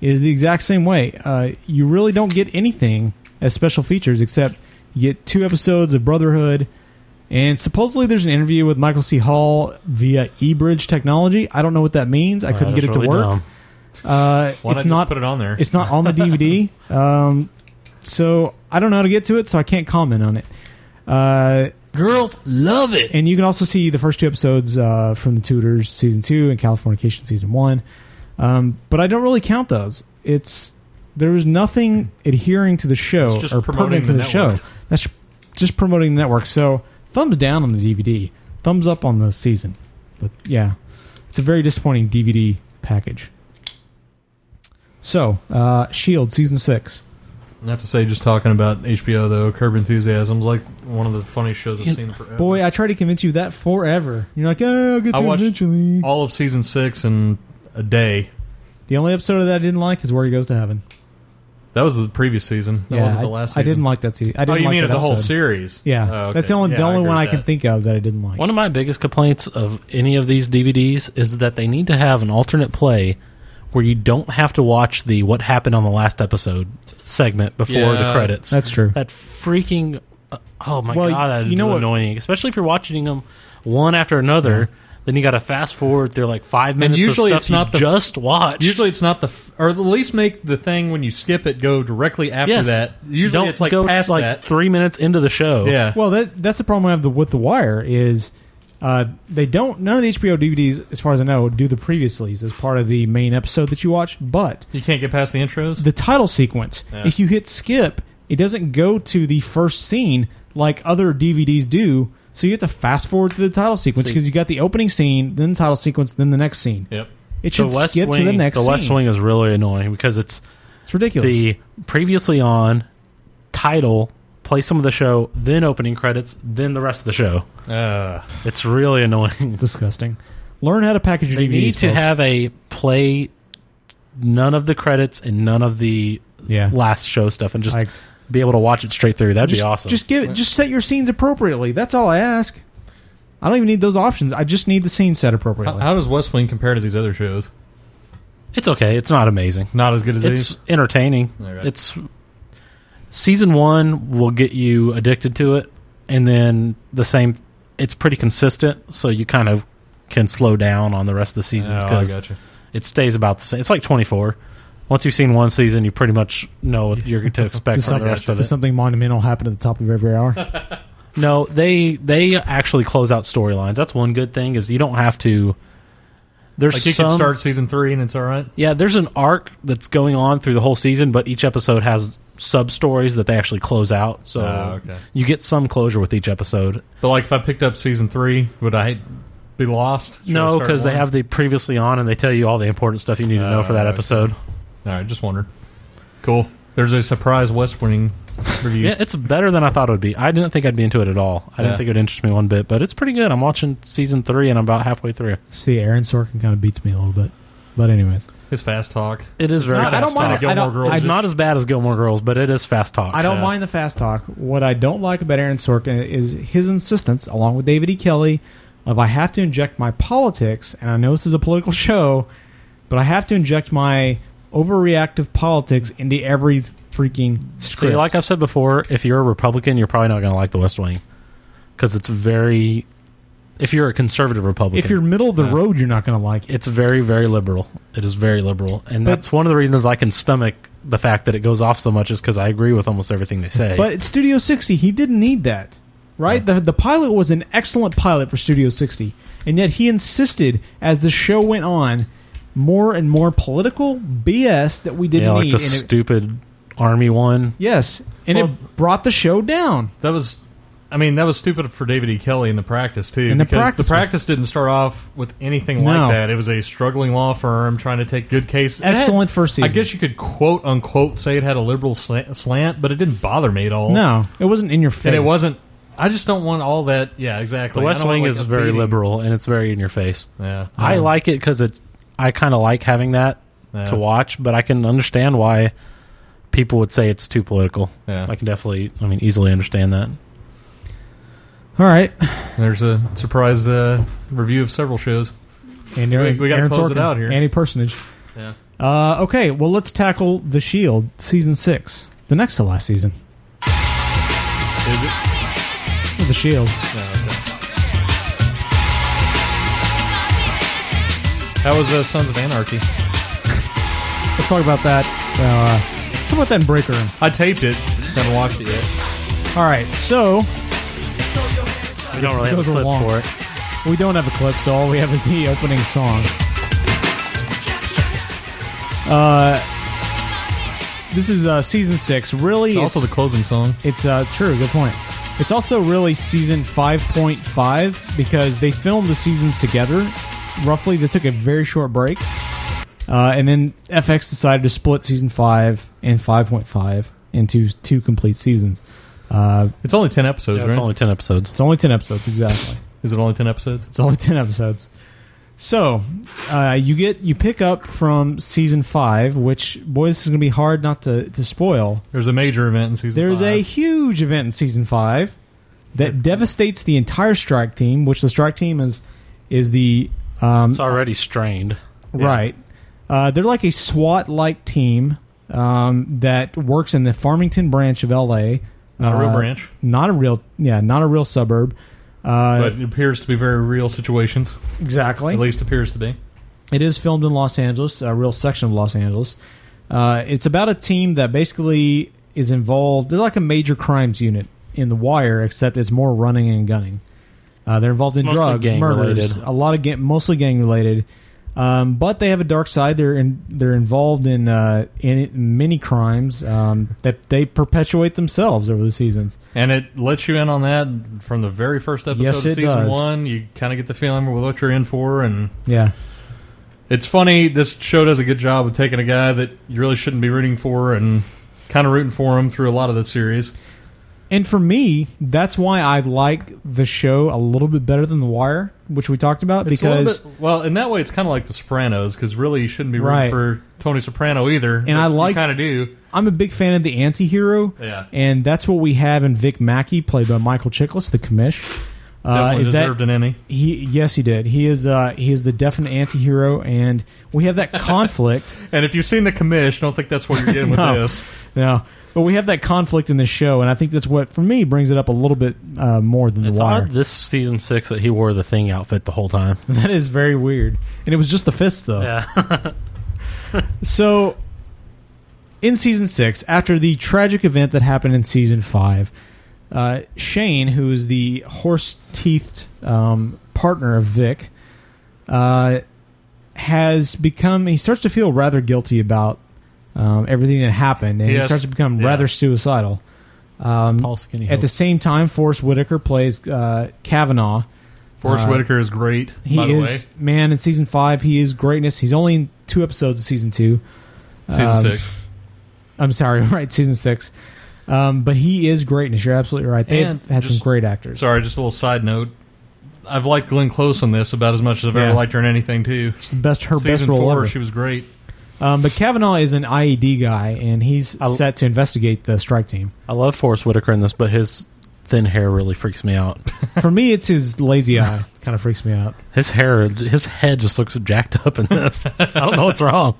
[SPEAKER 6] is the exact same way. Uh, you really don't get anything as special features except you get two episodes of Brotherhood. And supposedly there's an interview with Michael C. Hall via eBridge technology. I don't know what that means. I
[SPEAKER 4] Oh,
[SPEAKER 5] Wow,
[SPEAKER 6] couldn't get it
[SPEAKER 5] that's
[SPEAKER 6] to
[SPEAKER 5] really
[SPEAKER 6] work.
[SPEAKER 5] dumb.
[SPEAKER 6] Uh,
[SPEAKER 5] Why not
[SPEAKER 6] it's
[SPEAKER 5] just put it on there?
[SPEAKER 6] It's not on the DVD. um, so I don't know how to get to it, so I can't comment on it. Uh, Girls love it, and you can also see the first two episodes uh, from The Tudors season two and Californication season one. Um, but I don't really count those. It's there is nothing adhering to the show
[SPEAKER 5] It's just
[SPEAKER 6] or
[SPEAKER 5] promoting
[SPEAKER 6] pertinent to
[SPEAKER 5] the
[SPEAKER 6] the, show.
[SPEAKER 5] network.
[SPEAKER 6] That's just promoting the network. So thumbs down on the DVD, thumbs up on the season. But yeah, it's a very disappointing DVD package. So, uh, Shield season six.
[SPEAKER 5] Not to say, just talking about HBO though, Curb Enthusiasm's like one of the funniest shows I've seen forever.
[SPEAKER 6] Boy, I tried to convince you that forever. You're like, oh, I'll get
[SPEAKER 5] I
[SPEAKER 6] to it
[SPEAKER 5] watched
[SPEAKER 6] eventually.
[SPEAKER 5] all of season six in a day.
[SPEAKER 6] The only episode of that I didn't like is where he goes to heaven.
[SPEAKER 5] That was the previous season. That
[SPEAKER 6] Yeah,
[SPEAKER 5] wasn't
[SPEAKER 6] I-
[SPEAKER 5] the last.
[SPEAKER 6] I
[SPEAKER 5] season.
[SPEAKER 6] didn't like that season. I
[SPEAKER 5] oh,
[SPEAKER 6] didn't
[SPEAKER 5] you
[SPEAKER 6] like
[SPEAKER 5] mean
[SPEAKER 6] that
[SPEAKER 5] of the whole
[SPEAKER 6] episode.
[SPEAKER 5] series?
[SPEAKER 6] Yeah,
[SPEAKER 5] Oh, okay.
[SPEAKER 6] that's the only
[SPEAKER 5] Yeah,
[SPEAKER 6] the
[SPEAKER 5] I
[SPEAKER 6] only
[SPEAKER 5] agree
[SPEAKER 6] one I
[SPEAKER 5] with
[SPEAKER 6] can
[SPEAKER 5] that.
[SPEAKER 6] think of that I didn't like.
[SPEAKER 4] One of my biggest complaints of any of these DVDs is that they need to have an alternate play where you don't have to watch the what happened on the last episode segment before the
[SPEAKER 5] Yeah.
[SPEAKER 4] credits.
[SPEAKER 6] That's true.
[SPEAKER 4] That freaking uh, oh my
[SPEAKER 6] Well,
[SPEAKER 4] god, that
[SPEAKER 6] you
[SPEAKER 4] is
[SPEAKER 6] know what-
[SPEAKER 4] annoying, especially if you're watching them one after another. Then you got to fast forward through like five
[SPEAKER 5] And
[SPEAKER 4] minutes.
[SPEAKER 5] usually
[SPEAKER 4] of stuff
[SPEAKER 5] it's not
[SPEAKER 4] you
[SPEAKER 5] the,
[SPEAKER 4] just watch.
[SPEAKER 5] Usually it's not the f- or at least make the thing when you skip it go directly after
[SPEAKER 4] Yes.
[SPEAKER 5] that. Usually
[SPEAKER 4] Don't
[SPEAKER 5] it's like
[SPEAKER 4] go,
[SPEAKER 5] past
[SPEAKER 4] like,
[SPEAKER 5] that.
[SPEAKER 4] three minutes into the show.
[SPEAKER 5] Yeah.
[SPEAKER 6] Well, that that's the problem I have the, with the Wire is uh, they don't none of the HBO DVDs, as far as I know, do the previouslys as part of the main episode that you watch. But
[SPEAKER 5] You can't get past the intros.
[SPEAKER 6] the title sequence,
[SPEAKER 5] Yeah.
[SPEAKER 6] if you hit skip, it doesn't go to the first scene like other DVDs do. So you have to fast forward to the title sequence
[SPEAKER 4] See.
[SPEAKER 6] because you got the opening scene, then the title sequence, then the next scene.
[SPEAKER 5] Yep.
[SPEAKER 6] It should skip to the next.
[SPEAKER 4] The West
[SPEAKER 6] scene.
[SPEAKER 4] Wing is really annoying because it's
[SPEAKER 6] It's ridiculous.
[SPEAKER 4] The previously on title, play some of the show, then opening credits, then the rest of the show.
[SPEAKER 5] Uh,
[SPEAKER 4] it's really annoying.
[SPEAKER 6] Disgusting. Learn how to package your
[SPEAKER 4] They
[SPEAKER 6] DVDs.
[SPEAKER 4] need to
[SPEAKER 6] folks.
[SPEAKER 4] have a play none of the credits and none of the
[SPEAKER 6] Yeah.
[SPEAKER 4] last show stuff and just
[SPEAKER 6] I-
[SPEAKER 4] be able to watch it straight through. That'd
[SPEAKER 6] just,
[SPEAKER 4] be awesome.
[SPEAKER 6] Just give it. Just set your scenes appropriately. That's all I ask. I don't even need those options. I just need the scene
[SPEAKER 5] How,
[SPEAKER 6] set appropriately.
[SPEAKER 5] how does West Wing compare to these other shows?
[SPEAKER 4] It's okay. It's not amazing.
[SPEAKER 5] Not as good as
[SPEAKER 4] it's
[SPEAKER 5] these?
[SPEAKER 4] entertaining.
[SPEAKER 5] Alright.
[SPEAKER 4] It's season one will get you addicted to it, and then the same. It's pretty consistent, so you kind of can slow down on the rest of the seasons
[SPEAKER 5] Oh, I
[SPEAKER 4] because
[SPEAKER 5] gotcha.
[SPEAKER 4] it stays about the same. It's like twenty four. Once you've seen one season, you pretty much know what you're to expect
[SPEAKER 6] does,
[SPEAKER 4] from
[SPEAKER 6] something,
[SPEAKER 4] the rest of
[SPEAKER 6] does
[SPEAKER 4] it.
[SPEAKER 6] something monumental happen at the top of every hour?
[SPEAKER 4] No, they they actually close out storylines. That's one good thing is you don't have to. There's
[SPEAKER 5] Like you
[SPEAKER 4] some,
[SPEAKER 5] can start season three and it's all right.
[SPEAKER 4] Yeah, there's an arc that's going on through the whole season, but each episode has sub stories that they actually close out. So
[SPEAKER 5] Ah, okay.
[SPEAKER 4] you get some closure with each episode.
[SPEAKER 5] But like if I picked up season three, would I be lost? Should I
[SPEAKER 4] No,
[SPEAKER 5] start
[SPEAKER 4] because they
[SPEAKER 5] one?
[SPEAKER 4] have the previously on, and they tell you all the important stuff you need to know for that
[SPEAKER 5] okay.
[SPEAKER 4] episode.
[SPEAKER 5] All right, just wondered. Cool. There's a surprise West Wing review.
[SPEAKER 4] Yeah, it's better than I thought it would be. I didn't think I'd be into it at all. I
[SPEAKER 5] Yeah.
[SPEAKER 4] didn't think it would interest me one bit, but it's pretty good. I'm watching season three, and I'm about halfway through.
[SPEAKER 6] See, Aaron Sorkin kind of beats me a little bit, but anyways,
[SPEAKER 5] His fast talk.
[SPEAKER 4] It is
[SPEAKER 5] It's
[SPEAKER 4] very.
[SPEAKER 5] not- I
[SPEAKER 4] fast
[SPEAKER 5] don't mind
[SPEAKER 4] talk.
[SPEAKER 5] it. I don't- Gilmore Girls
[SPEAKER 4] It's
[SPEAKER 5] is-
[SPEAKER 4] not as bad as Gilmore Girls, but it is fast talk.
[SPEAKER 6] I don't mind the fast talk. What I don't like about Aaron Sorkin is his insistence, along with David E. Kelly, of I have to inject my politics, and I know this is a political show, but I have to inject my overreactive politics into every freaking
[SPEAKER 4] See,
[SPEAKER 6] script.
[SPEAKER 4] like I've said before, if you're a Republican, you're probably not going to like The West Wing because it's very. If you're a conservative Republican,
[SPEAKER 6] if you're middle of the road, you're not going to like it.
[SPEAKER 4] it's very very liberal. It is very liberal, and
[SPEAKER 6] But-
[SPEAKER 4] that's one of the reasons I can stomach the fact that it goes off so much is because I agree with almost everything they say.
[SPEAKER 6] But at Studio 60, he didn't need that, right? The the pilot was an excellent pilot for Studio 60, and yet he insisted as the show went on, more and more political BS that we didn't
[SPEAKER 4] yeah, like
[SPEAKER 6] need.
[SPEAKER 4] the
[SPEAKER 6] and it-
[SPEAKER 4] stupid army one.
[SPEAKER 6] yes, and
[SPEAKER 5] Well-
[SPEAKER 6] it brought the show down.
[SPEAKER 5] That was, I mean, that was stupid for David E. Kelly in the practice too.
[SPEAKER 6] And the
[SPEAKER 5] because
[SPEAKER 6] practice was-
[SPEAKER 5] the practice didn't start off with anything
[SPEAKER 6] No.
[SPEAKER 5] like that. It was a struggling law firm trying to take good cases. It had-
[SPEAKER 6] Excellent
[SPEAKER 5] I
[SPEAKER 6] first season.
[SPEAKER 5] guess you could quote unquote say it had a liberal slant, slant but it didn't bother me at all.
[SPEAKER 6] No, it wasn't in your face.
[SPEAKER 5] and it wasn't. I just don't want all that. Yeah, exactly.
[SPEAKER 4] The
[SPEAKER 5] I
[SPEAKER 4] West
[SPEAKER 5] don't want,
[SPEAKER 4] Wing
[SPEAKER 5] like,
[SPEAKER 4] is
[SPEAKER 5] a
[SPEAKER 4] very
[SPEAKER 5] beating.
[SPEAKER 4] liberal, and it's very in your face.
[SPEAKER 5] Yeah,
[SPEAKER 4] I like it because it's. I kind of like having that
[SPEAKER 5] Um, Yeah.
[SPEAKER 4] to watch, but I can understand why people would say it's too political.
[SPEAKER 5] Yeah.
[SPEAKER 4] I can definitely, I mean, easily understand that.
[SPEAKER 6] All right.
[SPEAKER 5] There's a surprise uh, review of several shows.
[SPEAKER 6] And
[SPEAKER 5] we, we got to
[SPEAKER 6] Aaron
[SPEAKER 5] close
[SPEAKER 6] Sorkin,
[SPEAKER 5] it out here.
[SPEAKER 6] Andy Personage.
[SPEAKER 5] Yeah.
[SPEAKER 6] Uh, okay, well, let's tackle The Shield, Season 6, the next to last season.
[SPEAKER 5] Is it?
[SPEAKER 6] Oh, The Shield.
[SPEAKER 5] That was uh, Sons of Anarchy.
[SPEAKER 6] Let's talk about that. Uh, let's talk about that in Breaker Room.
[SPEAKER 5] I taped it. Haven't watched it yet.
[SPEAKER 6] All right, so.
[SPEAKER 4] We don't really
[SPEAKER 6] This
[SPEAKER 4] have a
[SPEAKER 6] goes
[SPEAKER 4] clip
[SPEAKER 6] along.
[SPEAKER 4] for it.
[SPEAKER 6] We don't have a clip, so all we have is the opening song. Uh, this is uh, season six. Really,
[SPEAKER 5] It's also the closing song.
[SPEAKER 6] It's uh, true. Good point. It's also really season 5.5 because they filmed the seasons together. Roughly, they took a very short break. Uh, and then FX decided to split season 5 and 5.5 into two complete seasons. Uh,
[SPEAKER 5] It's only 10 episodes,
[SPEAKER 4] Yeah,
[SPEAKER 5] right?
[SPEAKER 4] it's only 10 episodes.
[SPEAKER 6] it's only 10 episodes, exactly.
[SPEAKER 5] Is it only 10 episodes?
[SPEAKER 6] It's only 10 episodes. So, uh, you get you pick up from season 5, which, boy, this is going to be hard not to, to spoil.
[SPEAKER 5] There's a major event in season
[SPEAKER 6] There's a
[SPEAKER 5] five.
[SPEAKER 6] huge event in season five that devastates the entire strike team, which the strike team is is the um,
[SPEAKER 4] It's already strained.
[SPEAKER 6] right. Uh, they're like a SWAT like team um, that works in the Farmington branch of L.A.
[SPEAKER 5] Not a real
[SPEAKER 6] Uh,
[SPEAKER 5] branch,
[SPEAKER 6] Not a real, yeah, not a real suburb. Uh,
[SPEAKER 5] but it appears to be very real situations.
[SPEAKER 6] exactly.
[SPEAKER 5] At least appears to be.
[SPEAKER 6] It is filmed in Los Angeles, a real section of Los Angeles. Uh, it's about a team that basically is involved. They're like a major crimes unit in The Wire, except it's more running and gunning. Uh, they're involved in
[SPEAKER 4] It's mostly
[SPEAKER 6] drugs,
[SPEAKER 4] gang
[SPEAKER 6] murders,
[SPEAKER 4] related.
[SPEAKER 6] a lot of gang, mostly gang related. Um, but they have a dark side. They're in, they're involved in uh, in many crimes um, that they perpetuate themselves over the seasons.
[SPEAKER 5] And it lets you in on that from the very first episode
[SPEAKER 6] Yes,
[SPEAKER 5] of
[SPEAKER 6] it
[SPEAKER 5] season
[SPEAKER 6] does.
[SPEAKER 5] one. You kind of get the feeling of what you're in for. And
[SPEAKER 6] Yeah,
[SPEAKER 5] it's funny, this show does a good job of taking a guy that you really shouldn't be rooting for and kind of rooting for him through a lot of the series.
[SPEAKER 6] And for me, that's why I like the show a little bit better than The Wire, which we talked about,
[SPEAKER 5] It's a little
[SPEAKER 6] because
[SPEAKER 5] bit- well, in that way, it's kind of like The Sopranos because really you shouldn't be rooting
[SPEAKER 6] Right.
[SPEAKER 5] for Tony Soprano either.
[SPEAKER 6] And I like-
[SPEAKER 5] kind of do.
[SPEAKER 6] I'm a big fan of the anti-hero.
[SPEAKER 5] Yeah.
[SPEAKER 6] And that's what we have in Vic Mackey, played by Michael Chiklis, the commish. Uh,
[SPEAKER 5] Definitely
[SPEAKER 6] is that
[SPEAKER 5] deserved an any.
[SPEAKER 6] he? Yes, he did. He is. Uh, he is the definite anti-hero, and we have that conflict.
[SPEAKER 5] And if you've seen the commish, don't think that's what you're getting
[SPEAKER 6] No.
[SPEAKER 5] with this.
[SPEAKER 6] no, but we have that conflict in this show, and I think that's what for me brings it up a little bit uh, more than
[SPEAKER 4] It's
[SPEAKER 6] the wire.
[SPEAKER 4] odd this season six that he wore the thing outfit the whole time.
[SPEAKER 6] That is very weird, and it was just the fist though.
[SPEAKER 4] Yeah.
[SPEAKER 6] So, in season six, after the tragic event that happened in season five, uh, Shane, who is the horse-teethed um, partner of Vic, uh, has become. He starts to feel rather guilty about um, everything that happened, and he,
[SPEAKER 5] Yes.
[SPEAKER 6] starts to become
[SPEAKER 5] Yeah.
[SPEAKER 6] rather suicidal.
[SPEAKER 4] Paul Skinny.
[SPEAKER 6] At the same time, Forrest Whitaker plays uh, Kavanaugh.
[SPEAKER 5] Forrest
[SPEAKER 6] Uh,
[SPEAKER 5] Whitaker is great,
[SPEAKER 6] He
[SPEAKER 5] by the
[SPEAKER 6] is
[SPEAKER 5] way.
[SPEAKER 6] man in season five. He is greatness. He's only in two episodes of season two.
[SPEAKER 5] Season
[SPEAKER 6] um,
[SPEAKER 5] six.
[SPEAKER 6] I'm sorry, right? Season six. Um, but he is greatness. You're absolutely right. They've
[SPEAKER 5] And
[SPEAKER 6] had some
[SPEAKER 5] just-
[SPEAKER 6] great actors.
[SPEAKER 5] Sorry, just a little side note. I've liked Glenn Close on this about as much as I've
[SPEAKER 6] Yeah.
[SPEAKER 5] ever liked her in anything too.
[SPEAKER 6] The best her best
[SPEAKER 5] Season
[SPEAKER 6] role
[SPEAKER 5] four,
[SPEAKER 6] ever.
[SPEAKER 5] she was great.
[SPEAKER 6] um, but Kavanaugh is an IED guy, and he's set to investigate the strike team.
[SPEAKER 4] I love Forrest Whitaker in this, but his thin hair really freaks me out.
[SPEAKER 6] For me, it's his lazy eye. kind of freaks me out.
[SPEAKER 4] His hair, his head just looks jacked up in this. I don't know what's wrong.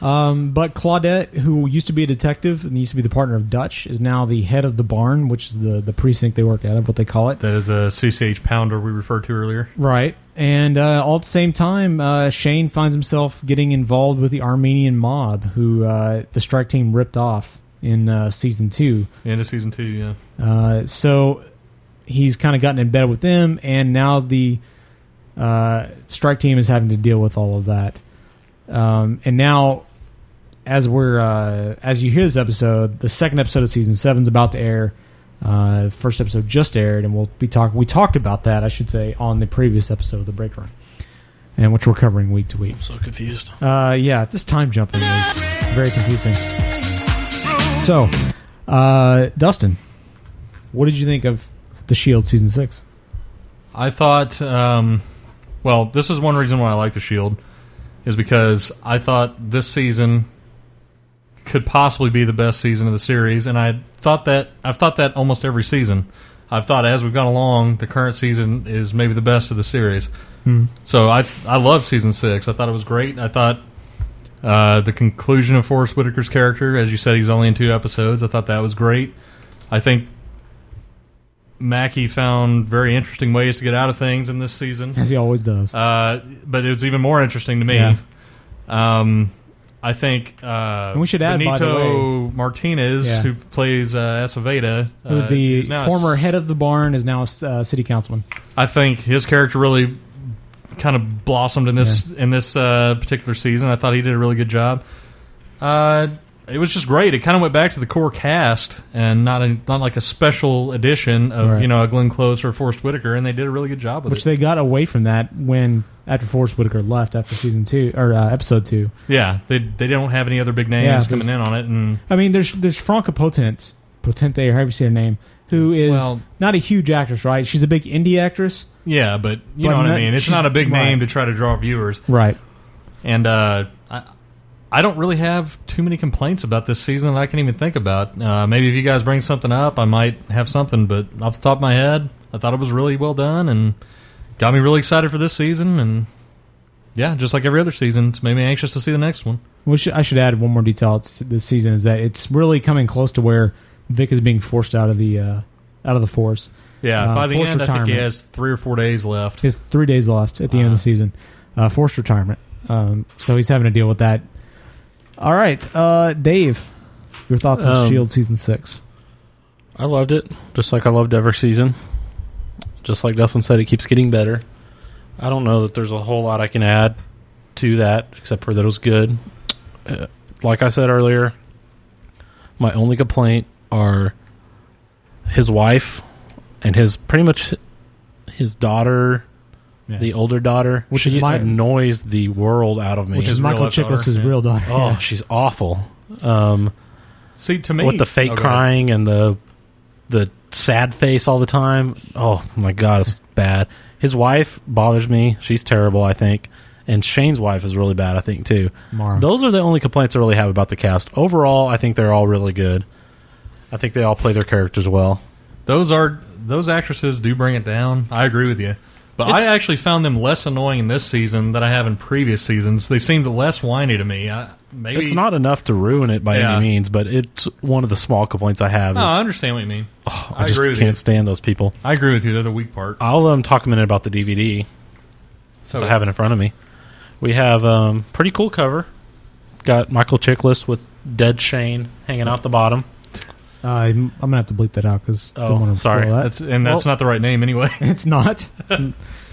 [SPEAKER 6] But Claudette, who used to be a detective and used to be the partner of Dutch, is now the head of the barn, which is the the precinct they work out of, what they call it.
[SPEAKER 5] That is a CCH pounder we referred to earlier.
[SPEAKER 6] Right. And uh, all at the same time, uh, Shane finds himself getting involved with the Armenian mob, who uh, the strike team ripped off in uh, season two.
[SPEAKER 5] End of season two, yeah.
[SPEAKER 6] Uh, so he's kind of gotten in bed with them, and now the uh, strike team is having to deal with all of that. Um, and now, as we're uh, as you hear this episode, the second episode of season seven is about to air. Uh, the first episode just aired, and we'll be talking. We talked about that, I should say, on the previous episode of the break room, and which we're covering week to week.
[SPEAKER 4] So confused.
[SPEAKER 6] Uh, yeah, this time jumping is very confusing. So, uh, Dustin, what did you think of The Shield season six?
[SPEAKER 5] I thought, um, well, this is one reason why I like The Shield. is because I thought this season could possibly be the best season of the series, and I thought that I've thought that almost every season. I've thought as we've gone along, the current season is maybe the best of the series.
[SPEAKER 3] Hmm.
[SPEAKER 5] So I I love season six. I thought it was great. I thought uh, the conclusion of Forrest Whitaker's character, as you said, he's only in two episodes. I thought that was great. I think Mackey found very interesting ways to get out of things in this season,
[SPEAKER 6] As he always does.
[SPEAKER 5] Uh, but it was even more interesting to me.
[SPEAKER 6] Yeah.
[SPEAKER 5] Um, I think uh,
[SPEAKER 6] And we should add, by the
[SPEAKER 5] Benito Martinez,
[SPEAKER 6] Yeah.
[SPEAKER 5] who plays uh, Aceveda,
[SPEAKER 6] Who was
[SPEAKER 5] uh,
[SPEAKER 6] the
[SPEAKER 5] is now a
[SPEAKER 6] former head of the barn is now a s- uh, city councilman.
[SPEAKER 5] I think his character really kind of blossomed in this in this uh, particular season. I thought he did a really good job. Uh, it was just great. It kind of went back to the core cast and not a, not like a special edition of
[SPEAKER 6] Right.
[SPEAKER 5] you know a Glenn Close or a Forrest Whitaker, and they did a really good job with
[SPEAKER 6] Which
[SPEAKER 5] it.
[SPEAKER 6] they got away from that when after Forrest Whitaker left after season two or uh, episode two.
[SPEAKER 5] yeah, they they don't have any other big
[SPEAKER 6] Yeah,
[SPEAKER 5] names
[SPEAKER 6] there's-
[SPEAKER 5] coming in on it, and
[SPEAKER 6] I mean, there's there's Franca Potente, Potente or however you say her name, who is
[SPEAKER 5] Mm, Well-
[SPEAKER 6] not a huge actress, right? She's a big indie actress.
[SPEAKER 5] yeah, but you
[SPEAKER 6] But
[SPEAKER 5] know what
[SPEAKER 6] not-
[SPEAKER 5] I mean. It's
[SPEAKER 6] she's-
[SPEAKER 5] not a big
[SPEAKER 6] right.
[SPEAKER 5] name to try to draw viewers,
[SPEAKER 6] Right.
[SPEAKER 5] And uh, I, I don't really have too many complaints about this season that I can even think about. Uh, maybe if you guys bring something up, I might have something. But off the top of my head, I thought it was really well done and got me really excited for this season. And yeah, just like every other season, it's made me anxious to see the next one.
[SPEAKER 6] We should, I should add one more detail it's, this season is that it's really coming close to where Vic is being forced out of the uh, out of the force.
[SPEAKER 5] Yeah,
[SPEAKER 6] Uh,
[SPEAKER 5] by the
[SPEAKER 6] forced
[SPEAKER 5] end, I think
[SPEAKER 6] retirement.
[SPEAKER 5] he has three or four days left.
[SPEAKER 6] He has three days left at the
[SPEAKER 4] Uh-huh.
[SPEAKER 6] end of the season. Uh, forced retirement. Um, so he's having to deal with that. All right, uh, Dave, your thoughts on
[SPEAKER 4] Um,
[SPEAKER 6] Shield season six?
[SPEAKER 4] I loved it, just like I loved every season. Just like Dustin said, it keeps getting better. I don't know that there's a whole lot I can add to that, except for that it was good. Uh, like I said earlier, my only complaint are his wife and his pretty much his daughter,
[SPEAKER 5] Yeah.
[SPEAKER 4] the older daughter,
[SPEAKER 6] Which
[SPEAKER 4] she
[SPEAKER 6] is my-
[SPEAKER 4] annoys the world out of me.
[SPEAKER 6] Which is Michael Chiklis' real daughter.
[SPEAKER 4] Oh,
[SPEAKER 6] yeah.
[SPEAKER 4] she's awful. Um,
[SPEAKER 5] See, to me-
[SPEAKER 4] with the fake
[SPEAKER 5] Oh, go ahead.
[SPEAKER 4] crying and the the sad face all the time. Oh my god, it's bad. His wife bothers me. She's terrible, I think. And Shane's wife is really bad, I think too.
[SPEAKER 6] Mara.
[SPEAKER 4] Those are the only complaints I really have about the cast. Overall, I think they're all really good. I think they all play their characters well.
[SPEAKER 5] Those are those actresses do bring it down. I agree with you. But
[SPEAKER 4] It's-
[SPEAKER 5] I actually found them less annoying in this season than I have in previous seasons. They seemed less whiny to me. I, maybe
[SPEAKER 4] It's not enough to ruin it by
[SPEAKER 5] Yeah.
[SPEAKER 4] any means, but it's one of the small complaints I have.
[SPEAKER 5] No,
[SPEAKER 4] is-
[SPEAKER 5] I understand what you mean.
[SPEAKER 4] Oh,
[SPEAKER 5] I
[SPEAKER 4] I, just
[SPEAKER 5] agree with
[SPEAKER 4] can't
[SPEAKER 5] you.
[SPEAKER 4] stand those people.
[SPEAKER 5] I agree with you. They're the weak part.
[SPEAKER 4] I'll um, talk a minute about the DVD since
[SPEAKER 5] Okay.
[SPEAKER 4] I have it in front of me. We have um, pretty cool cover. Got Michael Chiklis with Dead Shane hanging out the bottom.
[SPEAKER 6] Uh, I'm, I'm gonna have to bleep that out because
[SPEAKER 4] Oh, sorry.
[SPEAKER 6] That.
[SPEAKER 5] That's and that's
[SPEAKER 4] Well-
[SPEAKER 5] not the right name anyway.
[SPEAKER 6] it's not.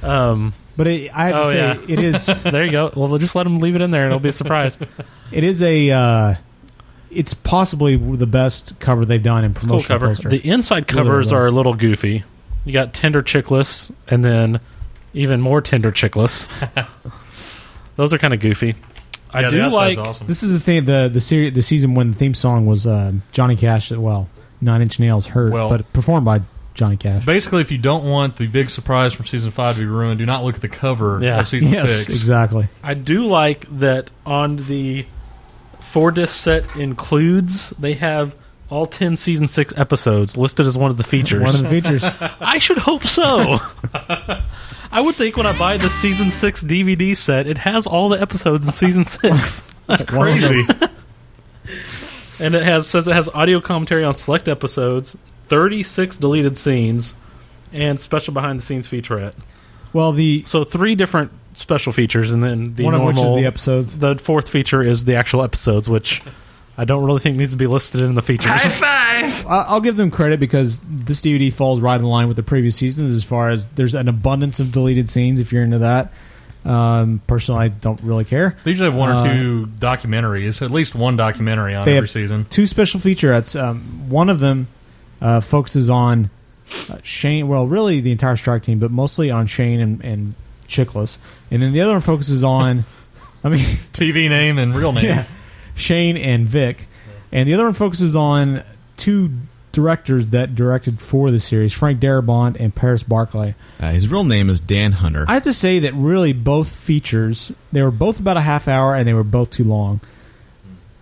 [SPEAKER 4] Um,
[SPEAKER 6] But it, I have to
[SPEAKER 4] oh,
[SPEAKER 6] say,
[SPEAKER 4] yeah.
[SPEAKER 6] it is
[SPEAKER 4] there you go. Well, just let him leave it in there, and it'll be a surprise.
[SPEAKER 6] it is a uh, it's possibly the best cover they've done in
[SPEAKER 4] cool
[SPEAKER 6] promotional
[SPEAKER 4] cover.
[SPEAKER 6] poster.
[SPEAKER 4] The inside
[SPEAKER 6] Really
[SPEAKER 4] covers
[SPEAKER 6] well.
[SPEAKER 4] are a little goofy. You got Tender Chickless, and then even more Tender Chickless. Those are kind of goofy. I
[SPEAKER 5] Yeah, the
[SPEAKER 4] do
[SPEAKER 5] outside's
[SPEAKER 4] like.
[SPEAKER 5] awesome.
[SPEAKER 6] This is the thing. The the series the season when the theme song was uh, Johnny Cash. Well, Nine Inch Nails hurt,
[SPEAKER 5] Well-
[SPEAKER 6] but performed by Johnny Cash.
[SPEAKER 5] Basically, if you don't want the big surprise from season five to be ruined, do not look at the cover
[SPEAKER 4] Yeah.
[SPEAKER 5] of season
[SPEAKER 6] yes,
[SPEAKER 5] six.
[SPEAKER 6] exactly.
[SPEAKER 4] I do like that on the four disc set includes they have all ten season six episodes listed as one of the features.
[SPEAKER 6] One of the features.
[SPEAKER 4] I should hope so. I would think when I buy the season six DVD set, it has all the episodes in season six,
[SPEAKER 5] That's crazy.
[SPEAKER 4] and it has says it has audio commentary on select episodes, thirty six deleted scenes, and special behind the scenes featurette.
[SPEAKER 6] well, the
[SPEAKER 4] So three different special features, and then the
[SPEAKER 6] one of which
[SPEAKER 4] normal
[SPEAKER 6] is the episodes.
[SPEAKER 4] The fourth feature is the actual episodes, which I don't really think needs to be listed in the features.
[SPEAKER 6] I- I'll give them credit because this DVD falls right in line with the previous seasons as far as there's an abundance of deleted scenes. If you're into that, um, personally, I don't really care.
[SPEAKER 5] They usually have one
[SPEAKER 6] Uh,
[SPEAKER 5] or two documentaries, at least one documentary on
[SPEAKER 6] They
[SPEAKER 5] every
[SPEAKER 6] have
[SPEAKER 5] season.
[SPEAKER 6] two special featurettes. Um, one of them uh, focuses on uh, Shane. Well, really the entire strike team, but mostly on Shane and, and Chickless. And then the other one focuses on, I mean,
[SPEAKER 5] TV name and real name.
[SPEAKER 6] Shane and Vic. And the other one focuses on two directors that directed for the series: Frank Darabont and Paris Barclay.
[SPEAKER 11] Uh, his real name is Dan Hunter.
[SPEAKER 6] I have to say that really both features they were both about a half hour and they were both too long.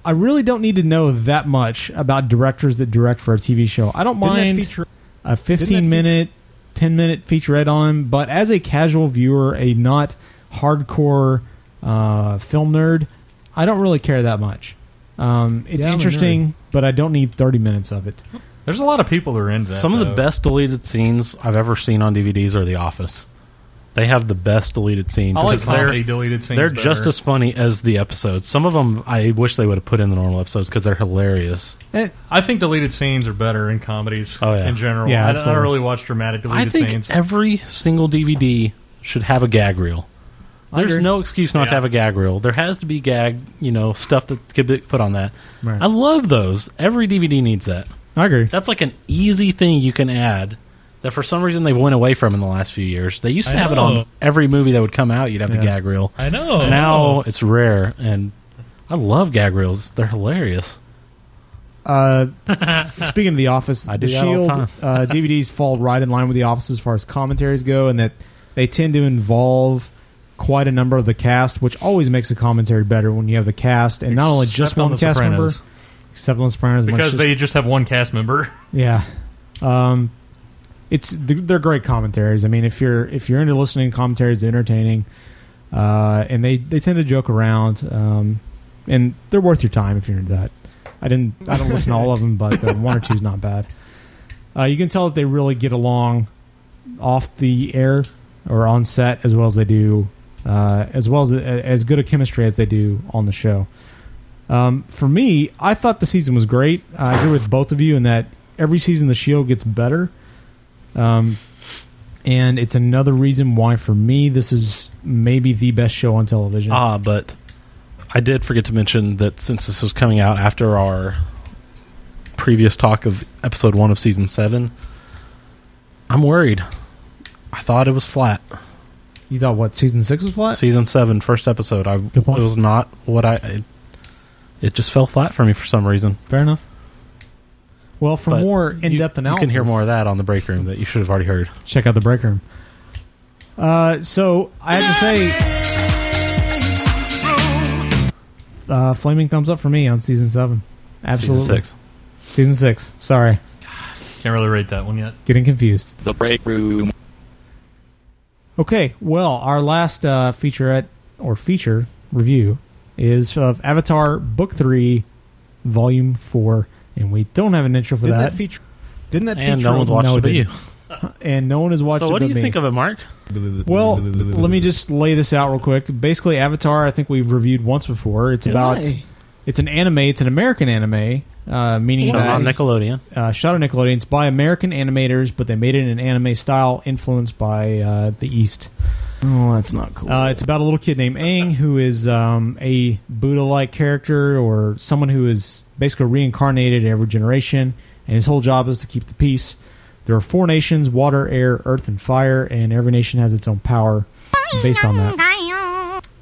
[SPEAKER 6] I really don't need to know that much about directors that direct for a TV show. I don't
[SPEAKER 11] Didn't that
[SPEAKER 6] mind
[SPEAKER 11] feature-
[SPEAKER 6] a 15 minute, 10 minute featurette on him, but as a casual viewer, a not hardcore uh, film nerd, I don't really care that much. Um, it's
[SPEAKER 5] Yeah, I'm a nerd.
[SPEAKER 6] interesting, but I don't need 30 minutes of it.
[SPEAKER 5] There's a lot of people that are into that.
[SPEAKER 4] Some of
[SPEAKER 5] though.
[SPEAKER 4] the best deleted scenes I've ever seen on DVDs are The Office. They have the best deleted scenes.
[SPEAKER 5] I like
[SPEAKER 4] because they're-
[SPEAKER 5] comedy deleted scenes
[SPEAKER 4] They're
[SPEAKER 5] better.
[SPEAKER 4] just as funny as the episodes. Some of them I wish they would have put in the normal episodes because they're hilarious.
[SPEAKER 11] Eh,
[SPEAKER 5] I think deleted scenes are better in comedies
[SPEAKER 4] Oh, yeah.
[SPEAKER 5] in general.
[SPEAKER 4] Yeah,
[SPEAKER 5] I, don't- I don't
[SPEAKER 4] absolutely.
[SPEAKER 5] really watch dramatic deleted
[SPEAKER 4] I think
[SPEAKER 5] scenes.
[SPEAKER 4] every single DVD should have a gag reel.
[SPEAKER 5] I
[SPEAKER 4] There's
[SPEAKER 5] agree.
[SPEAKER 4] no excuse not to
[SPEAKER 5] Yeah.
[SPEAKER 4] have a gag reel. There has to be gag, you know, stuff that could be put on that.
[SPEAKER 6] Right.
[SPEAKER 4] I love those. Every DVD needs that.
[SPEAKER 6] I agree.
[SPEAKER 4] That's like an easy thing you can add that for some reason they've went away from in the last few years. They used to
[SPEAKER 5] I
[SPEAKER 4] have
[SPEAKER 5] know.
[SPEAKER 4] it on every movie that would come out. You'd have
[SPEAKER 5] Yeah.
[SPEAKER 4] the gag reel.
[SPEAKER 5] I know.
[SPEAKER 4] Now it's rare, and I love gag reels. They're hilarious.
[SPEAKER 6] Uh, speaking of The Office,
[SPEAKER 4] I do
[SPEAKER 6] the
[SPEAKER 4] that all
[SPEAKER 6] Shield
[SPEAKER 4] the time.
[SPEAKER 6] uh, DVDs fall right in line with The Office as far as commentaries go, and that they tend to involve quite a number of the cast, which always makes a commentary better when you have the cast and not only just
[SPEAKER 5] Except on
[SPEAKER 6] one
[SPEAKER 5] The
[SPEAKER 6] cast member,
[SPEAKER 5] Sopranos.
[SPEAKER 6] except on The Sopranos when
[SPEAKER 5] because
[SPEAKER 6] it's
[SPEAKER 5] they just have one cast member.
[SPEAKER 6] yeah, um, it's th- they're great commentaries. I mean, if you're if you're into listening to commentaries, they're entertaining, uh, and they they tend to joke around, um, and they're worth your time if you're into that. I didn't I don't listen to all of them, but uh, one or two's not bad. Uh, you can tell that they really get along off the air or on set as well as they do, uh, as well as as good a chemistry as they do on the show. Um, for me, I thought the season was great. I agree with both of you in that every season the Shield gets better, um, and it's another reason why for me this is maybe the best show on television.
[SPEAKER 4] Ah, but I did forget to mention that since this was coming out after our previous talk of episode one of season seven, I'm worried. I thought it was flat.
[SPEAKER 6] You thought what season six was flat?
[SPEAKER 4] Season seven, first episode. I it
[SPEAKER 6] point.
[SPEAKER 4] was not what I. It, it just fell flat for me for some reason.
[SPEAKER 6] Fair enough. Well, for
[SPEAKER 4] But
[SPEAKER 6] more in-depth analysis,
[SPEAKER 4] You can hear more of that on the break room that you should have already heard.
[SPEAKER 6] Check out the break room. Uh, so I have to say, uh, flaming thumbs up for me on season seven. Absolutely,
[SPEAKER 5] six.
[SPEAKER 6] Season six. Sorry,
[SPEAKER 5] Can't really rate that one yet.
[SPEAKER 6] getting confused.
[SPEAKER 5] The break room.
[SPEAKER 6] Okay, well, our last uh, featurette or feature review is of Avatar Book Three, Volume Four, and we don't have an intro for
[SPEAKER 11] Didn't
[SPEAKER 6] that.
[SPEAKER 11] that feature- didn't that
[SPEAKER 4] And no one's watched it but you.
[SPEAKER 6] And no one has watched.
[SPEAKER 4] So
[SPEAKER 6] it
[SPEAKER 4] what do
[SPEAKER 6] but
[SPEAKER 4] you
[SPEAKER 6] me.
[SPEAKER 4] think of it, Mark?
[SPEAKER 6] Well, let me just lay this out real quick. Basically, Avatar, I think we've reviewed once before. It's
[SPEAKER 4] Yes.
[SPEAKER 6] about
[SPEAKER 4] Why?
[SPEAKER 6] it's an anime. It's an American anime, uh, meaning
[SPEAKER 4] Shot
[SPEAKER 6] that-
[SPEAKER 4] on Nickelodeon.
[SPEAKER 6] Uh, shot on Nickelodeon. It's by American animators, but they made it in an anime style influenced by uh, the East.
[SPEAKER 2] Oh, that's not cool.
[SPEAKER 6] Uh, it's about a little kid named Aang who is um, a Buddha like character or someone who is basically reincarnated every generation, and his whole job is to keep the peace. There are four nations water, air, earth, and fire, and every nation has its own power based on that.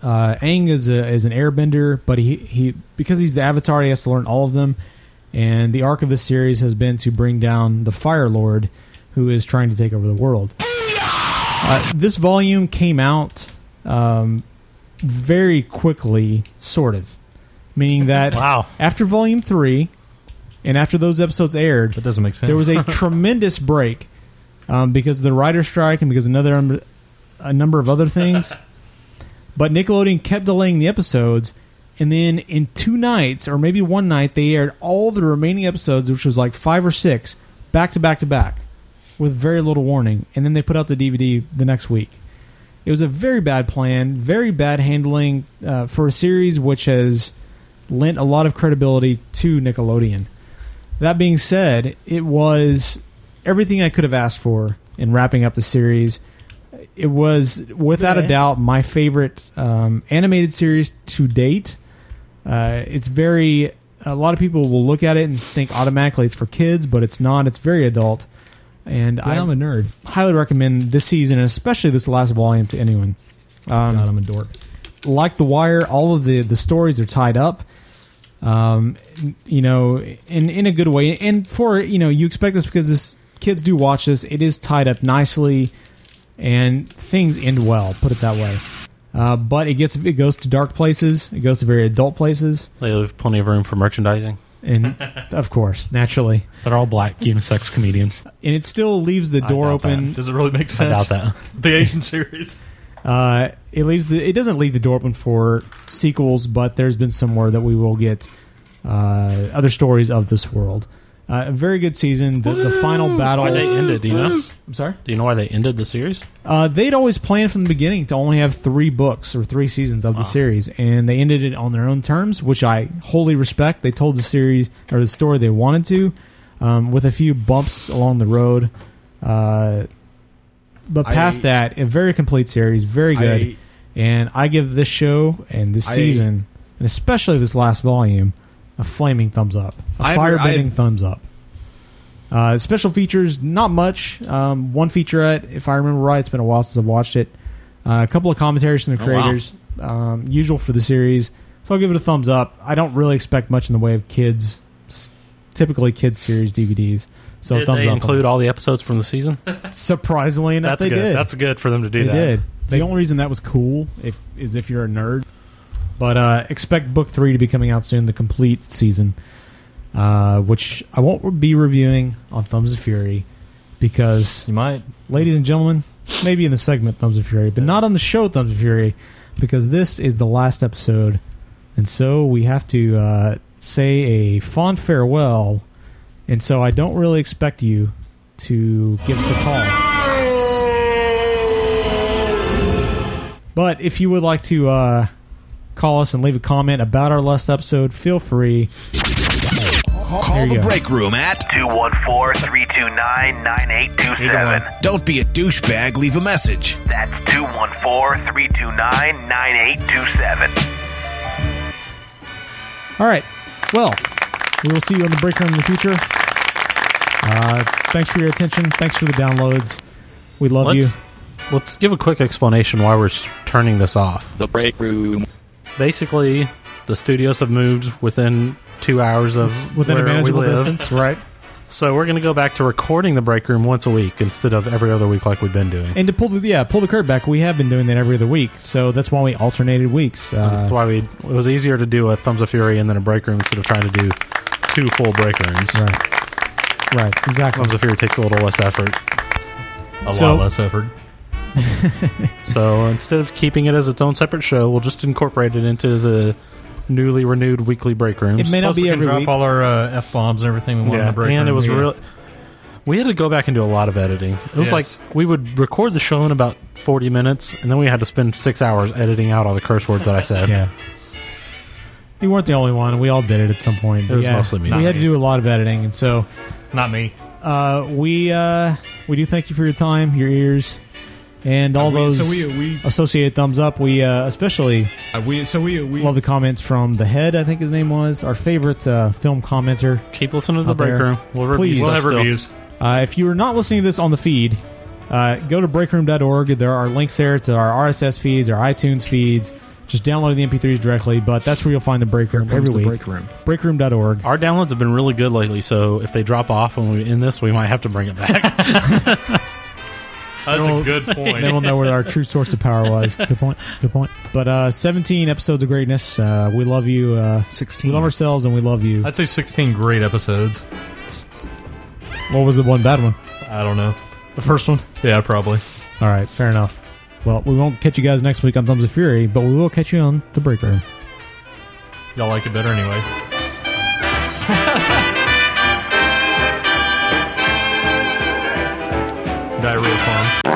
[SPEAKER 6] Uh, Aang is, a, is an airbender, but he, he because he's the avatar, he has to learn all of them. And the arc of this series has been to bring down the Fire Lord, who is trying to take over the world. Uh, this volume came out um, very quickly, sort of, meaning that
[SPEAKER 4] Wow.
[SPEAKER 6] after volume three, and after those episodes aired, that
[SPEAKER 5] doesn't make sense.
[SPEAKER 6] There was a tremendous break um, because of the writer strike and because another um, a number of other things. but Nickelodeon kept delaying the episodes, and then in two nights or maybe one night they aired all the remaining episodes, which was like five or six, back to back to back, with very little warning. And then they put out the DVD the next week. It was a very bad plan, very bad handling uh, for a series which has lent a lot of credibility to Nickelodeon. That being said, it was everything I could have asked for in wrapping up the series. It was, without a
[SPEAKER 11] Yeah.
[SPEAKER 6] doubt, my favorite um, animated series to date. Uh, it's very. A lot of people will look at it and think automatically it's for kids, but it's not. It's very adult. And
[SPEAKER 11] Yeah, I'm a
[SPEAKER 6] nerd. Highly recommend this season, and especially this last volume, to anyone. Um, God, I'm a dork. Like The Wire, all of the the stories are tied up um, you know, in in a good way. And for you know, you expect this because this kids do watch this. It is tied up nicely, and things end well. Put it that way. Uh, but it gets it goes to dark places. It goes to very adult places.
[SPEAKER 4] They leave plenty of room for merchandising.
[SPEAKER 6] And of course, naturally,
[SPEAKER 4] they're all black unisex comedians.
[SPEAKER 6] And it still leaves the
[SPEAKER 4] I
[SPEAKER 6] door
[SPEAKER 4] doubt that.
[SPEAKER 6] open.
[SPEAKER 4] Does it really make I sense? doubt that.
[SPEAKER 5] The Asian series.
[SPEAKER 6] Uh, it leaves the it doesn't leave the door open for sequels, but there's been somewhere that we will get uh, other stories of this world. Uh, a very good season. The, the final battle.
[SPEAKER 4] Why they ended? Do you know?
[SPEAKER 6] I'm sorry.
[SPEAKER 4] Do you know why they ended the series?
[SPEAKER 6] Uh, they'd always planned from the beginning to only have three books or three seasons of the series, and they ended it on their own terms, which I wholly respect. They told the series or the story they wanted to, um, with a few bumps along the road. Uh, but past
[SPEAKER 12] I-
[SPEAKER 6] that, a very complete series, very good.
[SPEAKER 12] I-
[SPEAKER 6] and I give this show and this
[SPEAKER 12] I-
[SPEAKER 6] season, and especially this last volume, a flaming thumbs up, a
[SPEAKER 12] I've-
[SPEAKER 6] firebending
[SPEAKER 12] I've-
[SPEAKER 6] thumbs up. Uh, special features, not much. Um, one featurette, if I remember right, it's been a while since I've watched it. Uh, a couple of commentaries from the
[SPEAKER 12] Oh, wow.
[SPEAKER 6] creators, um, usual for the series. So I'll give it a thumbs up. I don't really expect much in the way of kids, s- typically kids series DVDs. So
[SPEAKER 4] did
[SPEAKER 6] thumbs
[SPEAKER 4] they
[SPEAKER 6] up.
[SPEAKER 4] include all the episodes from the season?
[SPEAKER 6] Surprisingly enough,
[SPEAKER 4] That's
[SPEAKER 6] they
[SPEAKER 4] good.
[SPEAKER 6] did.
[SPEAKER 4] That's good for them to do
[SPEAKER 6] they
[SPEAKER 4] that.
[SPEAKER 6] did. The only reason that was cool if is if you're a nerd. But uh, expect book three to be coming out soon, the complete season, uh, which I won't be reviewing on Thumbs of Fury because
[SPEAKER 5] you might,
[SPEAKER 6] ladies and gentlemen, maybe in the segment Thumbs of Fury, but not on the show Thumbs of Fury because this is the last episode, and so we have to uh, say a fond farewell. And so I don't really expect you to give us a call. But if you would like to uh, call us and leave a comment about our last episode, feel free.
[SPEAKER 13] Call
[SPEAKER 6] There you
[SPEAKER 13] the
[SPEAKER 6] go.
[SPEAKER 13] break room at 214 329 9827. Don't be a douchebag, leave a message. That's 214 329 9827.
[SPEAKER 6] All right. Well, we will see you on the break room in the future. Uh, thanks for your attention. Thanks for the downloads. We love
[SPEAKER 4] Let's-
[SPEAKER 6] you.
[SPEAKER 4] Let's give a quick explanation why we're s- turning this off. The break room. Basically, the studios have moved within two hours of
[SPEAKER 6] Within a
[SPEAKER 4] where
[SPEAKER 6] manageable
[SPEAKER 4] we live.
[SPEAKER 6] distance, right?
[SPEAKER 4] So we're going to go back to recording the break room once a week instead of every other week like we've been doing.
[SPEAKER 6] And to pull the yeah, pull the curtain back. We have been doing that every other week, so that's why we alternated weeks. Uh,
[SPEAKER 4] That's why we it was easier to do a Thumbs of Fury and then a break room instead of trying to do two full break rooms.
[SPEAKER 6] Right. Right. Exactly.
[SPEAKER 4] Thumbs of Fury takes a little less effort.
[SPEAKER 5] A lot less effort.
[SPEAKER 4] so instead of keeping it as its own separate show, we'll just incorporate it into the newly renewed weekly break rooms.
[SPEAKER 5] Plus, we can drop all our uh, f bombs and everything we want in
[SPEAKER 4] Yeah,
[SPEAKER 5] the break.
[SPEAKER 4] and it
[SPEAKER 5] room.
[SPEAKER 4] was
[SPEAKER 5] Yeah.
[SPEAKER 4] real. We had to go back and do a lot of editing. It was
[SPEAKER 5] Yes.
[SPEAKER 4] like we would record the show in about forty minutes, and then we had to spend six hours editing out all the curse words that I said.
[SPEAKER 6] yeah. You weren't the only one. We all did it at some point.
[SPEAKER 4] It was
[SPEAKER 6] Yeah,
[SPEAKER 4] mostly me.
[SPEAKER 6] We had to do a lot of editing, and so
[SPEAKER 5] Not me.
[SPEAKER 6] uh, we uh, we do thank you for your time, your ears, and all
[SPEAKER 12] Uh, we-
[SPEAKER 6] those
[SPEAKER 12] so we- we-
[SPEAKER 6] associated thumbs up. We uh, especially
[SPEAKER 12] we so we, we
[SPEAKER 6] love the comments from the head. I think his name was our favorite uh, film commenter.
[SPEAKER 4] Keep listening to the
[SPEAKER 6] out
[SPEAKER 4] break
[SPEAKER 6] there.
[SPEAKER 4] room. We'll review
[SPEAKER 6] Please.
[SPEAKER 4] stuff We'll have still. reviews.
[SPEAKER 6] Uh, if you are not listening to this on the feed, uh, go to breakroom.org. There are links there to our RSS feeds, our iTunes feeds. Just download the MP3s directly, but that's where you'll find the break room every
[SPEAKER 4] comes the
[SPEAKER 6] week.
[SPEAKER 4] break room.
[SPEAKER 6] Breakroom.org.
[SPEAKER 4] Our downloads have been really good lately, so if they drop off when we end this, we might have to bring it back.
[SPEAKER 5] That's
[SPEAKER 6] Then we'll-
[SPEAKER 5] a good point.
[SPEAKER 6] Then we'll know where our true source of power was. Good point. Good point. But uh, 17 episodes of greatness. Uh, we love you. Uh, 16. We love ourselves and we love you.
[SPEAKER 5] I'd say 16 great episodes.
[SPEAKER 6] What was the one bad one?
[SPEAKER 5] I don't know.
[SPEAKER 6] The first one?
[SPEAKER 5] Yeah, probably.
[SPEAKER 6] All right, fair enough. Well, we won't catch you guys next week on Thumbs of Fury, but we will catch you on the break room.
[SPEAKER 5] Y'all like it better anyway. Diarrhea farm.